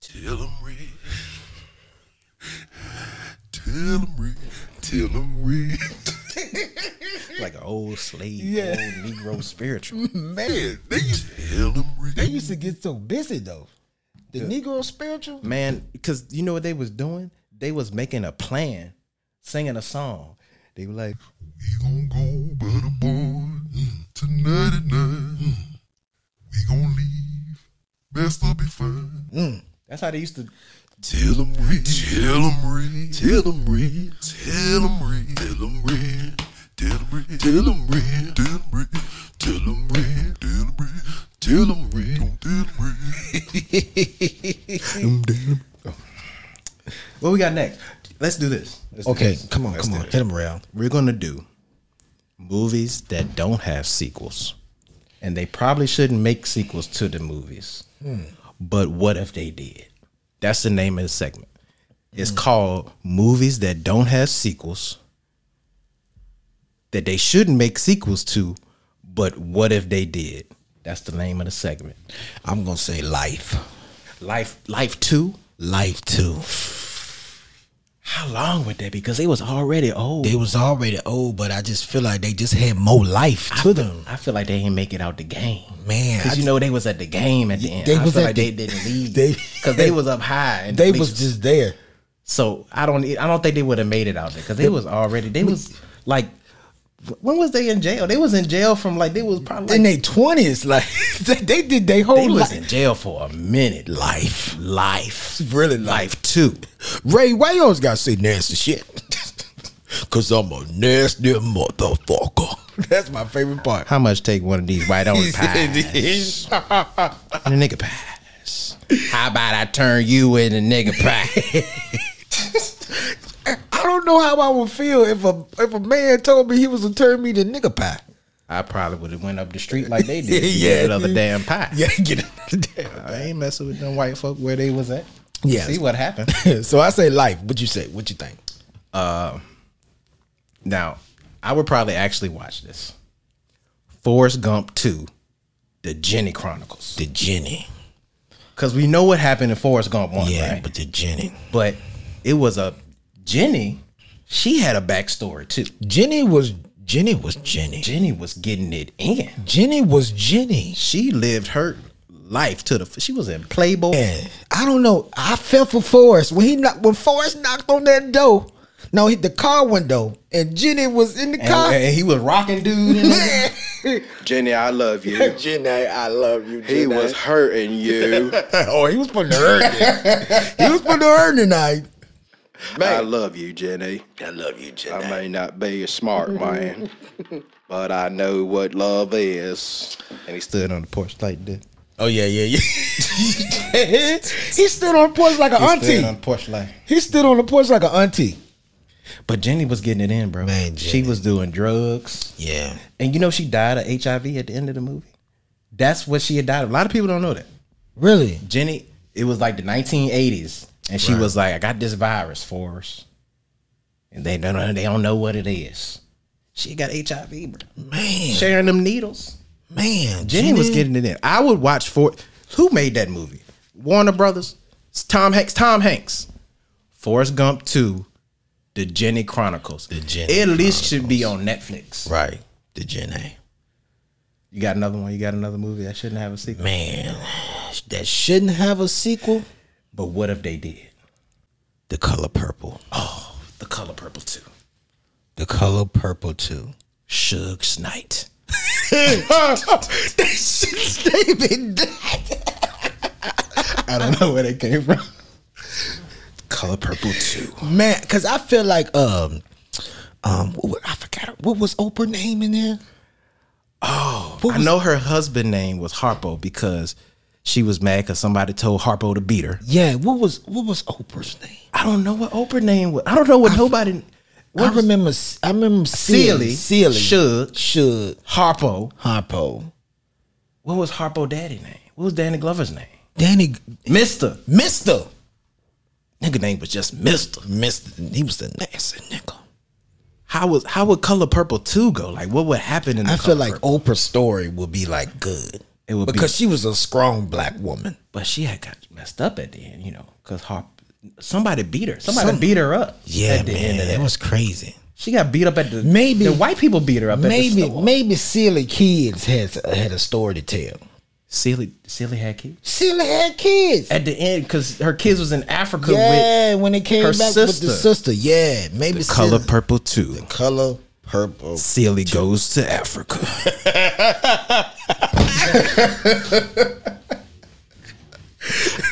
Tell them red. Tell them red. Tell them red. *laughs* Like an old slave, old Negro spiritual. Man, they used to tell them They red. used to get so busy though. The Negro spiritual. man, because you know what they was doing? They was making a plan, singing a song. They were like, We gon' go by the barn to 99. We gon' leave. Best I'll be fine. "Mm, that's how they used to. Tell them red. Tell them red. Tell them red. Tell them red. Tell them red. Tell them red. Tell them red. Tell them red. Tell them red. Tell them red. Tell them red. Don't tell them *laughs* red. Them damn- What we got next? Let's do this. Let's do Okay, this. come on, Let's come do on, this. hit him around. We're gonna do movies that don't have sequels, and they probably shouldn't make sequels to the movies. But what if they did? That's the name of the segment. It's called movies that don't have sequels that they shouldn't make sequels to. But what if they did? That's the name of the segment. I'm gonna say life, Life, life two. life too. How long would that be? Because it was already old. They was already old, but I just feel like they just had more life to them. I feel like they didn't make it out the game. Man, I Cause you know they was at the game at the end. they I was feel at like the- they *laughs* didn't leave they- because they was up high. And they the was bleachers. just there. so I don't I don't think they would have made it out there because they was already they was like when was they in jail? They was in jail from like they was probably In like, their twenties, like *laughs* they, they did their whole they was life. in jail for a minute. Life, life, Really life too. Ray, why you always gotta say nasty shit? *laughs* Cause I'm a nasty motherfucker. *laughs* That's my favorite part. How much take one of *laughs* these white on Pies. pies? and a nigga pies. How about I turn you into nigga pie? I don't know how I would feel if a if a man told me he was gonna turn me to nigga pie. *laughs* I probably would have went up the street like they did. *laughs* Yeah. yeah, another damn pie. *laughs* Yeah, get it. I ain't messing with them white folk where they was at. Yeah. See what happened. *laughs* so I say life. What you say? What you think? now, I would probably actually watch this. Forrest Gump 2, The Jenny Chronicles. The Jenny. Because we know what happened in Forrest Gump 1, Yeah, right? but the Jenny. But it was a Jenny, she had a backstory too. Jenny was Jenny was Jenny. Jenny was getting it in. Jenny was Jenny. She lived her life to the she was in Playboy. And I don't know. I fell for Forrest when he knocked when Forrest knocked on that door. No, hit the car window, and Jenny was in the And, car. and he was rocking dude. and everything. Man, *laughs* Jenny, I love you. *laughs* Jenny, I love you. Jenny. hurting *laughs* you. oh, he was putting the hurt in. he was putting the hurt tonight. I love you, Jenny. I love you, Jenny. I may not be a smart man, but I know what love is. And he stood on the porch like this. Oh yeah, yeah, *laughs* yeah. he stood on the porch like an auntie. on porch like. He stood on the porch like an auntie. But Jenny was getting it in, bro. Man, she was doing drugs, Yeah. and you know she died of HIV at the end of the movie. That's what she had died of. A lot of people don't know that. Really? Jenny, it was like the 1980s, and she was like, "I got this virus for us," and they don't know, they don't know what it is. She got HIV, bro. Man. Sharing them needles. Man. Jenny was getting it in. I would watch for who made that movie? Warner Brothers. It's Tom Hanks. Tom Hanks. Forrest Gump two, the Jenny Chronicles. The Jenny It at least should be on Netflix. Right. The Gen A. You got another one. You got another movie that shouldn't have a sequel. Man. That shouldn't have a sequel. But what if they did? The Color Purple. Oh, The Color Purple two. The Color Purple 2. *laughs* Suge Knight. I don't know where they came from. Color Purple 2. Man, cause I feel like um um what, wa- I forgot what was Oprah name in there? I know her husband name was Harpo because she was mad because somebody told Harpo to beat her. Yeah, what was what was Oprah's name? I don't know what Oprah name was. I don't know what nobody. I remember I remember Sealy. Sealy, Sealy. Suge, Should Harpo. Harpo. What was Harpo daddy name? What was Danny Glover's name? Danny Mister. Mister. Nigga name was just Mister. Mister he was the nasty nigga. How was how would Color Purple two go? Like what would happen in? The I Color feel like Purple? Oprah's story would be like good. It would be- because she was a strong black woman. but she had got messed up at the end, you know, because Harp somebody beat her. Somebody beat her up. Yeah, at the man, end of that that. was crazy. She got beat up at the Maybe- the white people beat her up. at the Maybe store. maybe silly kids had had a story to tell. Silly silly had kids Silly had kids. at the end because her kids was in Africa Yeah, when it came her back with the sister. sister. Yeah, maybe with Color Celia- Purple two. color purple. Silly goes *laughs* to Africa.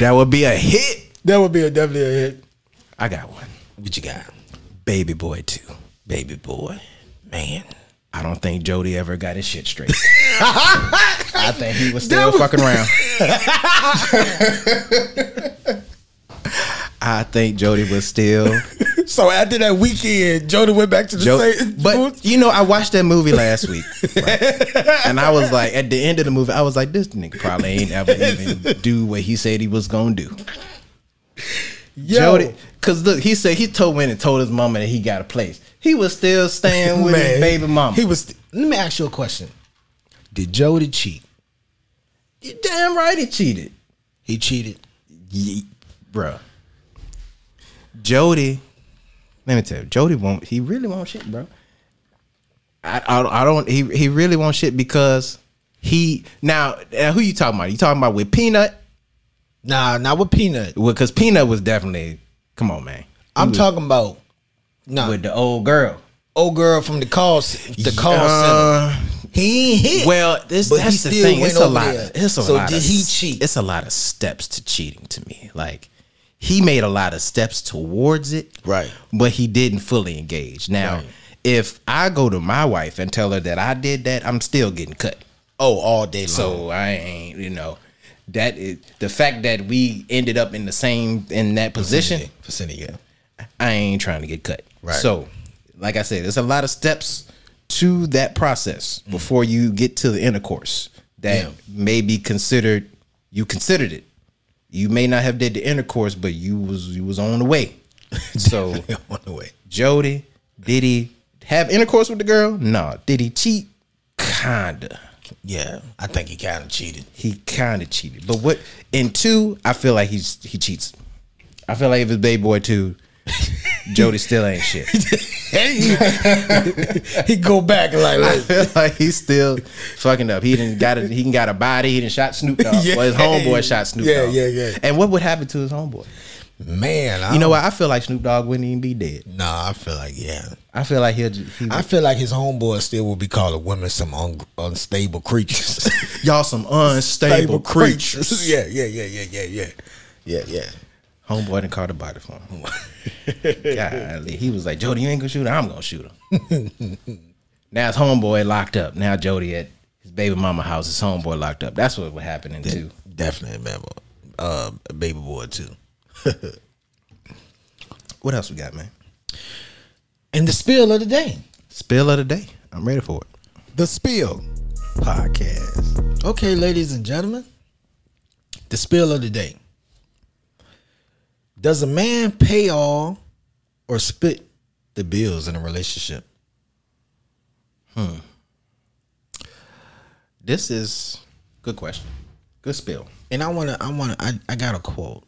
that would be a hit. That would be a definitely a hit. I got one. What you got, Baby Boy 2. baby boy? Man, I don't think Jody ever got his *laughs* shit straight. I think he was still fucking around. *laughs* I think Jody was still So after that weekend, Jody went back to the Joe, same. but you know, I watched that movie last week, *laughs* right? and I was like, at the end of the movie, I was like, this nigga probably ain't *laughs* ever even do what he said he was gonna do. Jody, because look, he said he told went and told his mama that he got a place. He was still staying with his Man, baby mama. He was. Let me ask you a question. Did Jody cheat? You damn right he cheated, He cheated. Ye- bruh. Jody, let me tell you, Jody won't. He really won't shit, bro. I, I, I don't. He he really won't shit because he now. now who you talking about? You talking about with Peanut? Nah, not with Peanut. Because Peanut was definitely. Come on, man. I'm talking about nah, With the old girl. old girl from the call c- the call Uh, center. He ain't hit. Well, this But he that's the still thing. went It's a over lot. there. Of, it's a So lot. did of, he s- cheat? It's a lot of steps to cheating to me. Like he made a lot of steps towards it, Right. But he didn't fully engage. Now, if I go to my wife and tell her that I did that, I'm still getting cut. oh, all day long. So I ain't, you know, that is the fact that we ended up in the same in that position. Yeah, vicinity, yeah. I ain't trying to get cut. Right. So, like I said, there's a lot of steps to that process before you get to the intercourse that Mm. Yeah. may be considered. You considered it. You may not have did the intercourse, but you was you was on *laughs* the way. So, on the way. Jody, did he have intercourse with the girl? No. Did he cheat? Kinda. Yeah, I think he kind of cheated. He kinda cheated. But what in two? I feel like he's he cheats. I feel like if it's Baby Boy two, Jody still *laughs* ain't shit. He go back and like, I feel like he's still fucking up. He didn't got a, he didn't got a body. He didn't shot Snoop *laughs* Dogg. Yeah. Well, his homeboy shot Snoop Yeah, Dogg. yeah, yeah. And what would happen to his homeboy? man, I You know don't- what? I feel like Snoop Dogg wouldn't even be dead. Nah, I feel like yeah. I feel like he'll. ju- He, I feel like his homeboy still will be calling women some un- unstable creatures. y'all some *laughs* unstable creatures. *laughs* yeah, yeah, yeah, yeah, yeah, yeah, yeah, yeah. Homeboy didn't call the body for *laughs* him. Golly, he was like, Jody, *laughs* you ain't gonna shoot her. I'm gonna shoot her. now his homeboy locked up. Now Jody at his baby mama house, his homeboy locked up. That's what was happening too. *laughs* Definitely, man. Uh, baby boy too. What else we got, man? And the spill of the day, Spill of the day. I'm ready for it. the spill Podcast. Okay, ladies and gentlemen, the spill of the day. Does a man pay all or split the bills in a relationship? This is good question. Good spill. And I wanna, I wanna, I, I got a quote,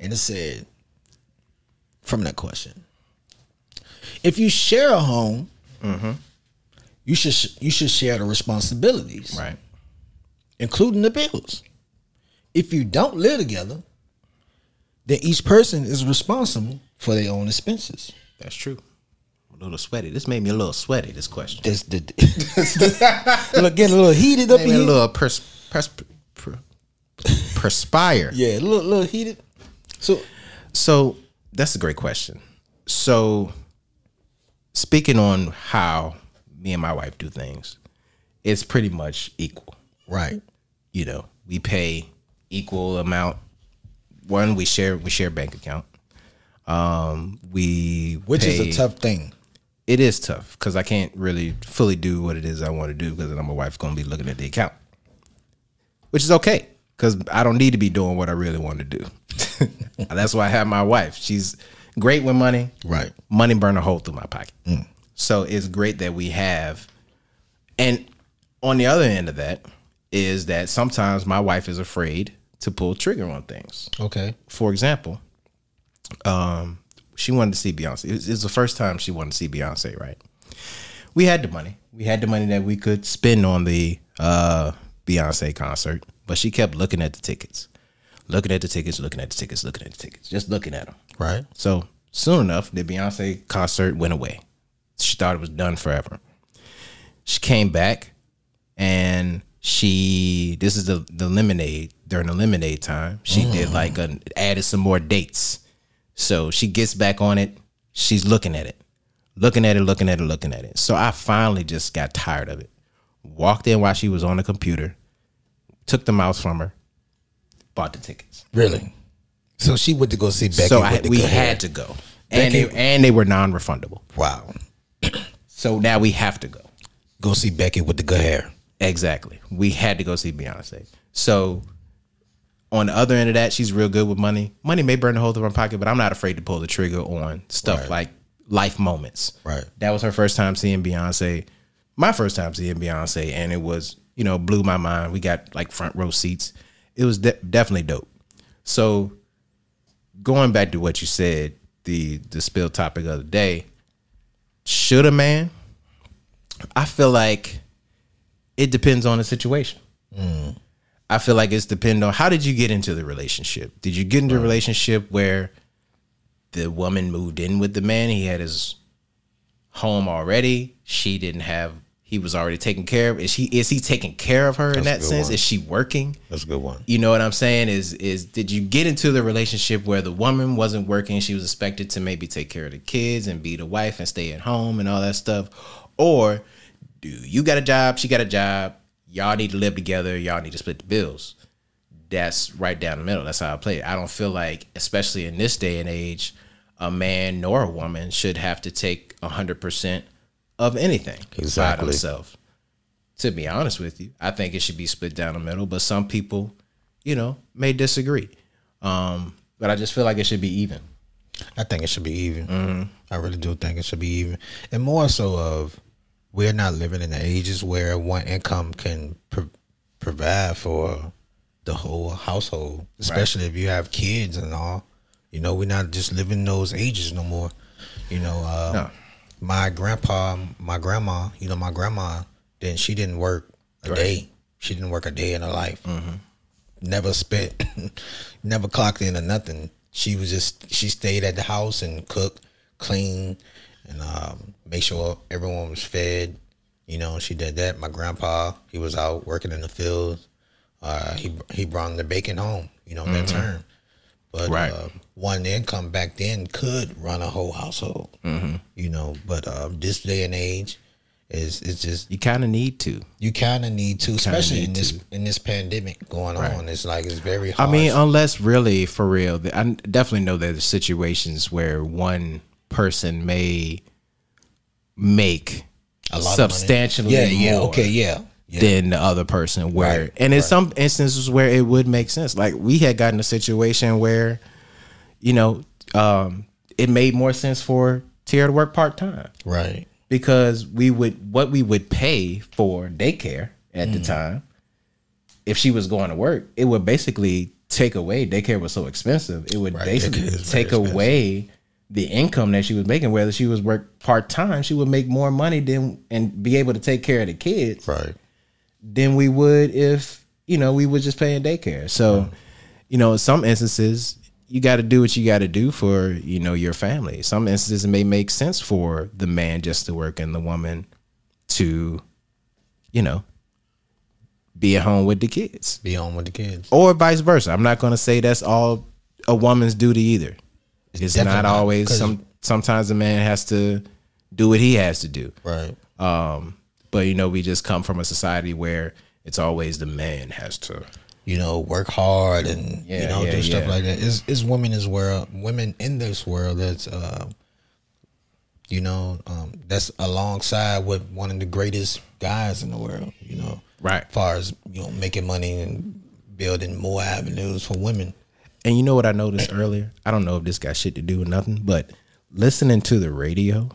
and it said from that question: If you share a home, Mm-hmm. you should sh- you should share the responsibilities, Right. including the bills. If you don't live together, then each person is responsible for their own expenses. That's true. I'm a little sweaty. This made me a little sweaty, this question. This, the, *laughs* look, getting a little heated up Made me a here. little pers- pers- pr- perspire. yeah, a little, little heated. So, So that's a great question. So speaking on how me and my wife do things, it's pretty much equal. right, You know, we pay equal amount. One, we share we share bank account. Um, we which is pay- a tough thing. It is tough because I can't really fully do what it is I want to do because then my wife's gonna be looking at the account, which is okay because I don't need to be doing what I really want to do. *laughs* That's why I have my wife. She's great with money, Right, money burn a hole through my pocket. So it's great that we have. And on the other end of that is that sometimes my wife is afraid to pull trigger on things. okay, For example, um, she wanted to see Beyonce. It was, it was the first time she wanted to see Beyonce, right? We had the money. We had the money that we could spend on the uh, Beyonce concert, but she kept looking at the tickets, looking at the tickets, looking at the tickets, looking at the tickets, just looking at them. right, So soon enough, the Beyonce concert went away. She thought it was done forever. She came back and she this is the, the lemonade during the lemonade time. She did like an added some more dates. So she gets back on it. She's looking at it. Looking at it, looking at it, looking at it. So I finally just got tired of it. Walked in while she was on the computer, took the mouse from her, bought the tickets really. So she went to go see Becky. so with I, the we good hair. had to go, and Becky- they, and they were non-refundable. wow, So now we have to go. go see Becky with the good hair. Exactly, we had to go see Beyonce. So on the other end of that, she's real good with money. Money may burn a hole through my pocket, but I'm not afraid to pull the trigger on stuff like life moments. Right. That was her first time seeing Beyonce. My first time seeing Beyonce, and it was you know blew my mind. We got like front row seats. It was de- definitely dope. So going back to what you said, the the spill topic of the day, should a man? I feel like it depends on the situation. I feel like it's depend on how did you get into the relationship. Did you get into a relationship where the woman moved in with the man? He had his home already. She didn't have. He was already taken care of. Is he is he taking care of her in that sense? Is she working? That's a good one. you know what I'm saying? Is is did you get into the relationship where the woman wasn't working, she was expected to maybe take care of the kids and be the wife and stay at home and all that stuff? Or do you got a job, she got a job, y'all need to live together, y'all need to split the bills. That's right down the middle. That's how I play it. I don't feel like, especially in this day and age, a man nor a woman should have to take hundred percent of anything by Exactly. themselves to be honest with you, I think it should be split down the middle, but some people, you know, may disagree. Um, but I just feel like it should be even. I think it should be even. I really do think it should be even, and more so of we're not living in the ages where one income can pro- provide for the whole household, especially if you have kids and all. You know, we're not just living those ages no more. You know, uh, No. my grandpa, my grandma, you know, my grandma, then she didn't work a day. She didn't work a day in her life. Never spent, *laughs* never clocked in or nothing. She was just she stayed at the house and cooked, clean, and um, make sure everyone was fed. You know, she did that. My grandpa, he was out working in the fields. Uh, he he brought the bacon home. You know that term, but Right. uh, one income back then could run a whole household you know. But um, this day uh, and age, It's it's just You kind of need to. you kind of need to, especially need in this in this pandemic going on. It's like it's very I hard. mean, unless really for real, th- I n- definitely know there's situations where one person may make a lot of money. substantially Yeah, yeah, more okay, yeah, yeah. than the other person. Where Right, and in some instances where it would make sense. Like we had gotten a situation where, you know, um, it made more sense for Tiara to work part time right, because we would what we would pay for daycare at Mm. the time if she was going to work it would basically take away daycare was so expensive it would Right, basically daycare is very take away the income that she was making whether she was work part-time she would make more money than and be able to take care of the kids right. than we would if you know we were just paying daycare. So, you know, in some instances you got to do what you got to do for you know your family. Some instances it may make sense for the man just to work and the woman to, you know, be at home with the kids Be on with the kids. or vice versa. I'm not going to say that's all a woman's duty either. It's not definitely not, always 'cause- some. Sometimes a man has to do what he has to do. Right, But you know, we just come from a society where it's always the man has to. you know, work hard and you Yeah, know yeah, do stuff yeah. like that. It's it's women as well. Women in this world that's um, you know, um, that's alongside with one of the greatest guys in the world. You know, Right. far as you know, making money and building more avenues for women. And you know what I noticed earlier? I don't know if this got shit to do with nothing, but listening to the radio,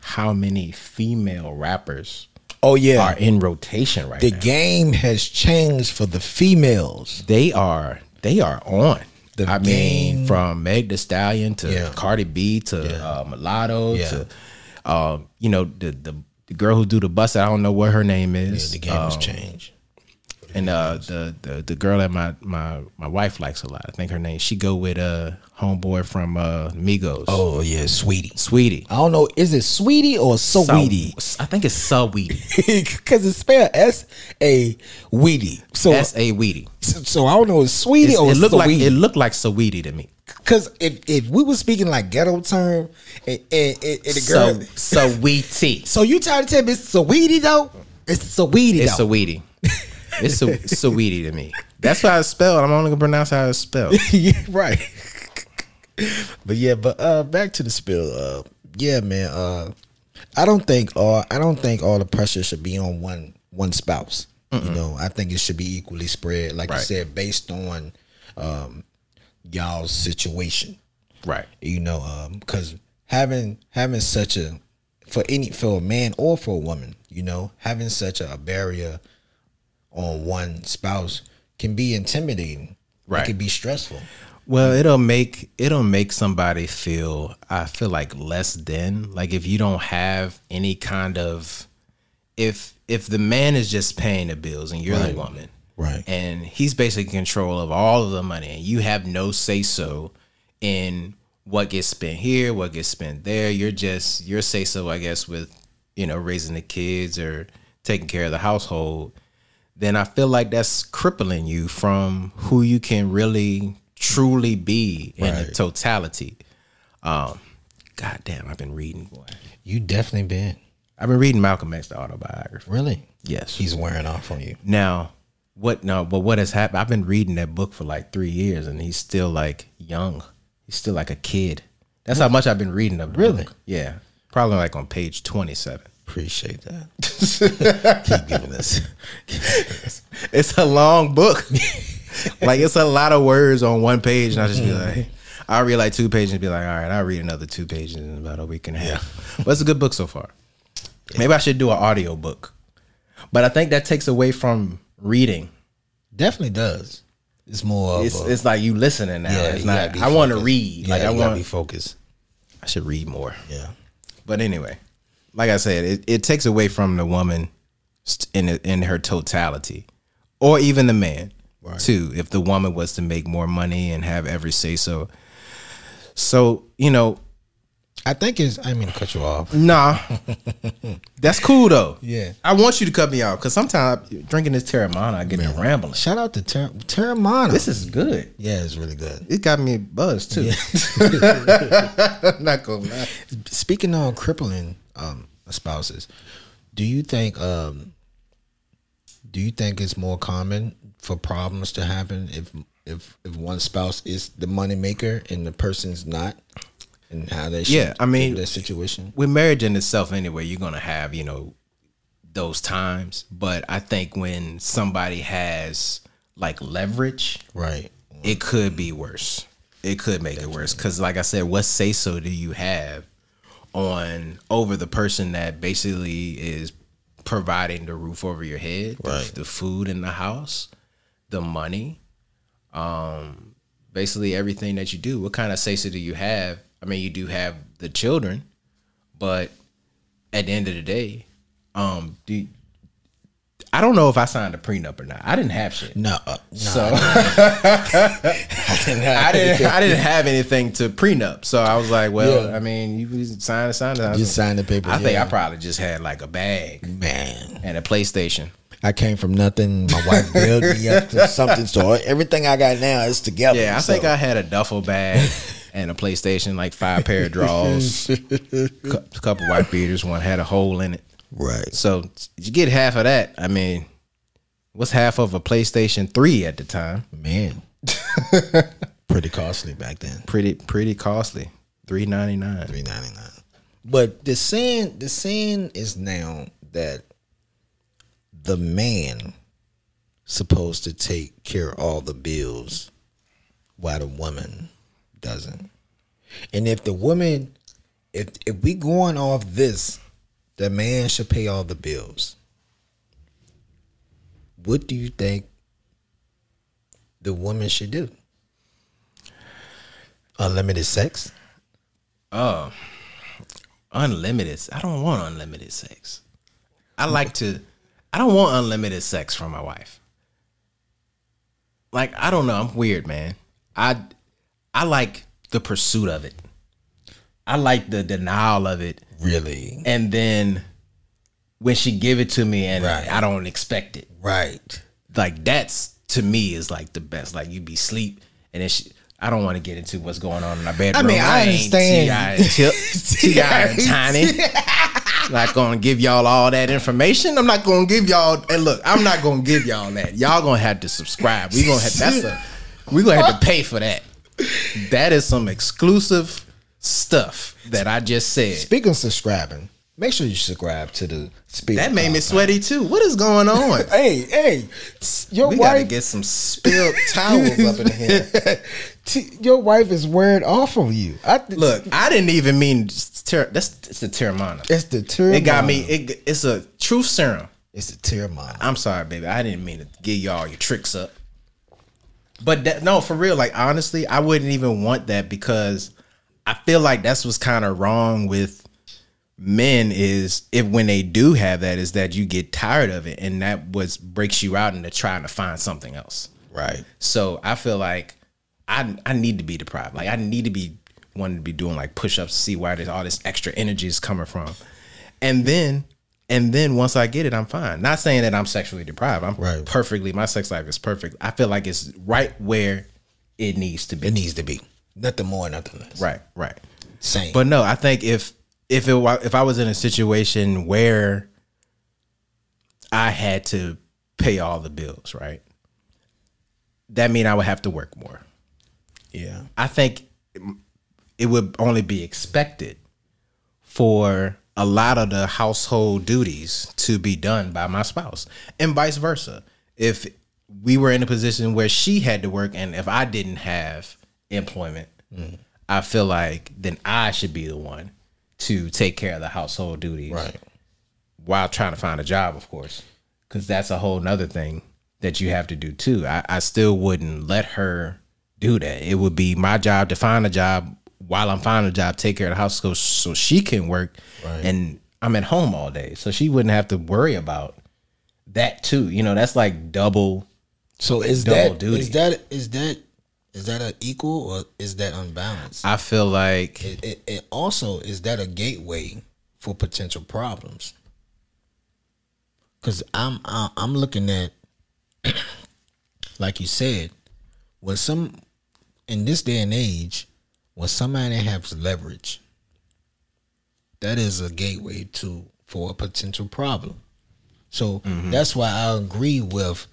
how many female rappers Oh yeah, are in rotation right the now? game has changed for the females. They are they are on. The I mean, game- from Meg The Stallion to Yeah. Cardi B to uh, Mulatto Yeah. to, um, you know, the, the the girl who do the bus. I don't know what her name is. Um, The game has changed. and uh, the, the the girl that my my my wife likes a lot. I think her name. She go with uh homeboy from uh Migos. Oh yeah, sweetie. Sweetie. I don't know. Is it sweetie or sweetie? Saw- I think it's Saw Weedy. *laughs* Because it's spelled S A Weedy. So S A Weedy. so I don't know. Is sweetie It's- or It looked like it sweetie? looked like Saweetie to me. Because if if we were speaking like ghetto term, and, and, and, and the girl. So Saweetie. So you trying to tell me it's sweetie though? It's sweetie It's though. Saweetie. It's *laughs* Sa- Saweetie to me. That's how it's spelled. I'm only gonna pronounce how it's *laughs* spelled. yeah, right. but yeah, but uh back to the spill. Uh yeah, man. Uh I don't think all I don't think all the pressure should be on one one spouse. You know, I think it should be equally spread, like Right. you said, based on um y'all's situation. Right. You know, um, because having having such a for any for a man or for a woman, you know, having such a barrier on one spouse can be intimidating. Right. It can be stressful. Well, it'll make it'll make somebody feel I feel like less than like if you don't have any kind of if if the man is just paying the bills and you're the woman Right. and he's basically in control of all of the money and you have no say so in what gets spent here what gets spent there you're just your say so i guess with you know raising the kids or taking care of the household then i feel like that's crippling you from who you can really truly be in the totality um god damn i've been reading boy You definitely been. i've been reading malcolm x the autobiography Really? yes He's wearing off on you. now, what? No, but what has happened? I've been reading that book for like three years, and he's still like young. He's still like a kid. That's how much I've been reading of. the Really? book. Yeah. Probably like on page twenty-seven. Appreciate that. *laughs* Keep giving us. It's a long book. *laughs* like it's a lot of words on one page, and I just be like, I read like two pages and be like, all right, I'll read another two pages in about a week and a half. But it's a good book so far. Maybe I should do an audio book, but I think that takes away from reading. Definitely does. It's more of it's, a, it's like you listening now. Yeah, it's you gotta not. be I want to focused. read. like I want. be focused. I should read more. Yeah. But anyway, like I said, it, it takes away from the woman st- in in her totality, or even the man too. If the woman was to make more money and have every say so, so you know, I think it's I mean to cut you off. *laughs* nah, that's cool though. Yeah. I want you to cut me off because sometimes drinking this Terramana, I get to rambling. Shout out to Ter- Terramana. This is good. yeah, it's really good. It got me buzzed too. *laughs* not gonna lie. Speaking on crippling um, spouses, Do you think um do you think it's more common for problems to happen if if if one spouse is the money maker and the person's not and how they should Yeah, I mean- do that situation? with marriage in itself anyway you're gonna have you know those times but i think when somebody has like leverage Right. it could be worse it could make it worse because like i said what say so do you have on over the person that basically is providing the roof over your head the- Right. the food in the house the money um, basically everything that you do. What kind of say so do you have? I mean, you do have the children, but at the end of the day, um, do I don't know if I signed a prenup or not. I didn't have shit. No, uh, no So I didn't, *laughs* *laughs* I didn't, have anything to prenup. So I was like, well, Yeah. I mean, you can sign it, sign it. I, you was- signed the paper. I think yeah. I probably just had like a bag man. and a PlayStation. I came from nothing. My *laughs* wife built me up to something. So everything I got now is together. Yeah, I so. think I had a *laughs* duffel bag and a PlayStation, like five pair of drawers, a couple white beaters. One had a hole in it. right. So you get half of that. I mean, what's half of a PlayStation Three at the time? *laughs* Man. Pretty costly back then. Pretty pretty costly. Three ninety nine. Three ninety nine. But the sin the sin is now that the man supposed to take care of all the bills while the woman doesn't. And if the woman if if we going off this, the man should pay all the bills. What do you think the woman should do? Unlimited sex? Unlimited. I don't want unlimited sex. I like to. I don't want unlimited sex from my wife. Like I don't know. I'm weird, man. I I like the pursuit of it. I like the denial of it. Really? and then when she give it to me and Right. I don't expect it, Right. like that's to me is like the best. Like you be sleep and then she, I don't want to get into what's going on in our bedroom. mean, I ain't understand. Ti and Tip, Ti *laughs* and Tiny. Not gonna give y'all all that information. I'm not gonna give y'all. And look, I'm not gonna give y'all that. Y'all gonna have to subscribe. We gonna have that's a. We gonna have to pay for that. That is some exclusive stuff that I just said. Speaking of subscribing, make sure you subscribe to the Spill. That made me sweaty too. What is going on? *laughs* Hey, hey, s- your We gotta wife, get some spilled towels up in here. *laughs* t- your wife is wearing off on you. I th- Look, I didn't even mean ter- that's it's the Terramana. it's the tear. It got me. It, it's a truth serum. It's the tear mom. I'm sorry, baby. I didn't mean to get y'all your tricks up. But that, no, for real. Like honestly, I wouldn't even want that because I feel like that's what's kind of wrong with men is if when they do have that is that you get tired of it and that was breaks you out into trying to find something else. Right. So I feel like I I need to be deprived. Like I need to be wanting to be doing like push ups to see where this, all this extra energy is coming from. And then and then once I get it, I'm fine. Not saying that I'm sexually deprived. I'm Right. perfectly my sex life is perfect. I feel like it's right where it needs to be. It needs to be nothing more, nothing less. right, right. Same. But no, I think if if it wa- if I was in a situation where I had to pay all the bills, right? That mean I would have to work more. yeah, I think it would only be expected for a lot of the household duties to be done by my spouse and vice versa. If we were in a position where she had to work and if I didn't have employment, I feel like then I should be the one to take care of the household duties right. while trying to find a job, of course, because that's a whole nother thing that you have to do too. I, I still wouldn't let her do that. It would be my job to find a job while I'm finding a job, take care of the house so, so she can work, and I'm at home all day, so she wouldn't have to worry about that too. You know, that's like double. So is Double that duty. is that is that is that an equal or is that unbalanced? I feel like it, it, it also is that a gateway for potential problems because i'm I, i'm looking at *clears throat* like you said when some in this day and age when somebody has leverage that is a gateway to for a potential problem. So that's why I agree with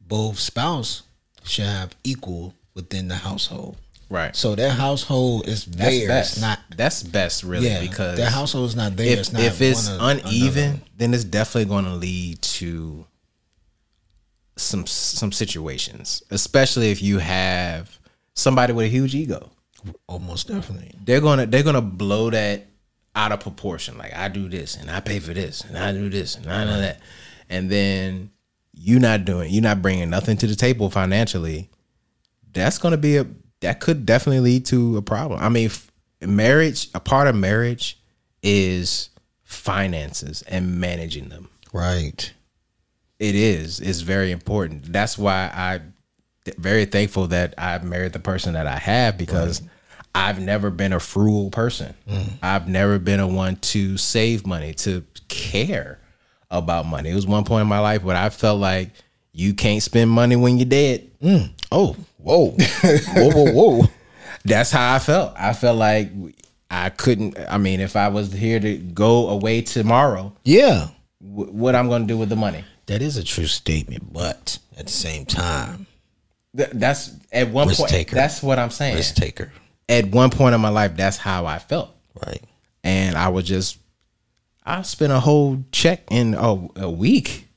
both spouse should have equal within the household. Right. So that household is that's theirs, best. not that's best really yeah. because that household is not theirs. if, not if it's one or uneven, another. then it's definitely going to lead to some some situations, especially if you have somebody with a huge ego. almost Oh, definitely. They're gonna they're gonna blow that out of proportion. Like I do this and I pay for this and I do this and I do that, and then you not doing you're not bringing nothing to the table financially. That's gonna be a that could definitely lead to a problem. I mean, f- marriage a part of marriage is finances and managing them Right. it is it's very important that's why i th- very thankful that i married the person that i have because i've never been a frugal person i've never been a one to save money to care about money it was one point in my life where i felt like you can't spend money when you're dead oh *laughs* whoa whoa whoa whoa that's how i felt i felt like i couldn't i mean if i was here to go away tomorrow Yeah. w- what i'm gonna do with the money That is a true statement, but at the same time, Th- that's at one Risk point. taker. That's what I'm saying. risk taker. at one point in my life, that's how I felt, Right. and I was just, I spent a whole check in a, a week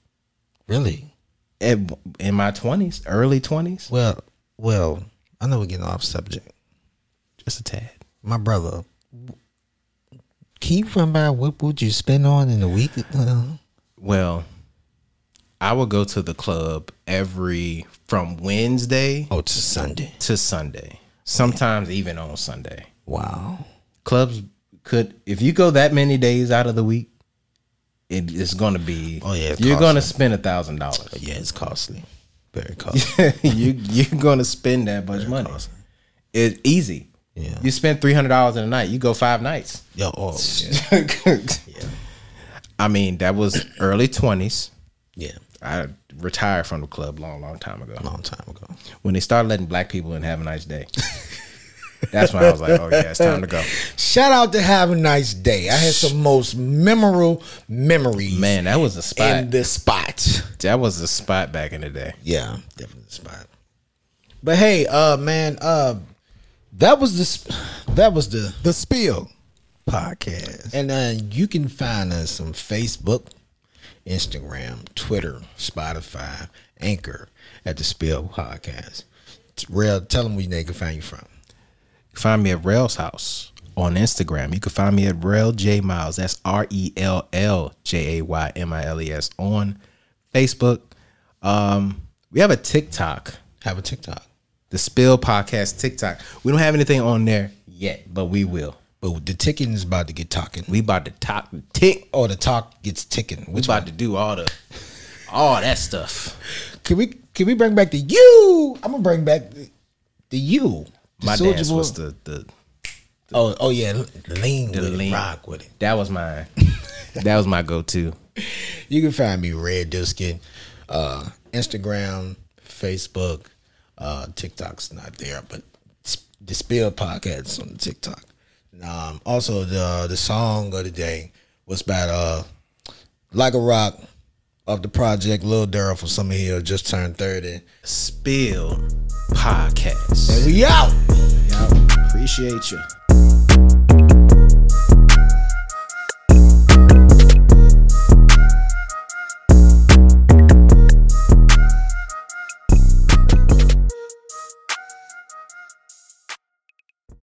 Really? at, in my twenties, early twenties, Well, well, I know we're getting off subject. just a tad. My brother, can you run by what would you spend on in a week? Uh, Well, I would go to the club every from Wednesday oh, it's a Sunday. to Sunday, sometimes even on Sunday. Wow. Clubs could, if you go that many days out of the week, it is going to be. Oh, yeah, it you're costs going to you. spend a thousand dollars. Yeah, it's costly. Very costly. *laughs* *laughs* you you're gonna spend that much money. It's easy. Yeah. You spend three hundred dollars in a night. You go five nights. Yo, oh, yeah. *laughs* I mean, that was early twenties. yeah. I retired from the club long, long time ago. Long time ago. When they started letting black people in have a nice day. That's when I was like, oh yeah, it's time to go. Shout out to Have a Nice Day. I had some most memorable memories Man, that was a spot. in this spot. that was a spot back in the day. Yeah, definitely the spot. But hey, uh man, uh that was the sp- that was the The spill. podcast. And uh you can find us on Facebook, Instagram, Twitter, Spotify, Anchor at the Spill Podcast. Real, tell them where they can find you from. You can find me at Rail's House on Instagram. You can find me at Rail J Miles. That's R E L L J A Y M I L E S on Facebook. Um, we have a TikTok, Have a TikTok. the Spill Podcast TikTok. We don't have anything on there yet, but we will. But the ticking is about to get talking. We about to talk tick. Or the talk gets ticking. We Which about to do all the all that stuff. can we can we bring back the you? I'm gonna bring back the, the you. The My Soulja dance Boy- was the the oh oh yeah, lean with lean. it, rock with it. that was my *laughs* that was my go to. You can find me Red Diskin, uh, Instagram, Facebook, uh, TikTok's not there, but s- the Spill Podcast on TikTok. And, Um, also the the song of the day was by uh, Like a Rock of the project Lil Durrell for Summer Hill just turned thirty. Spill Podcast. We out. Y'all appreciate you.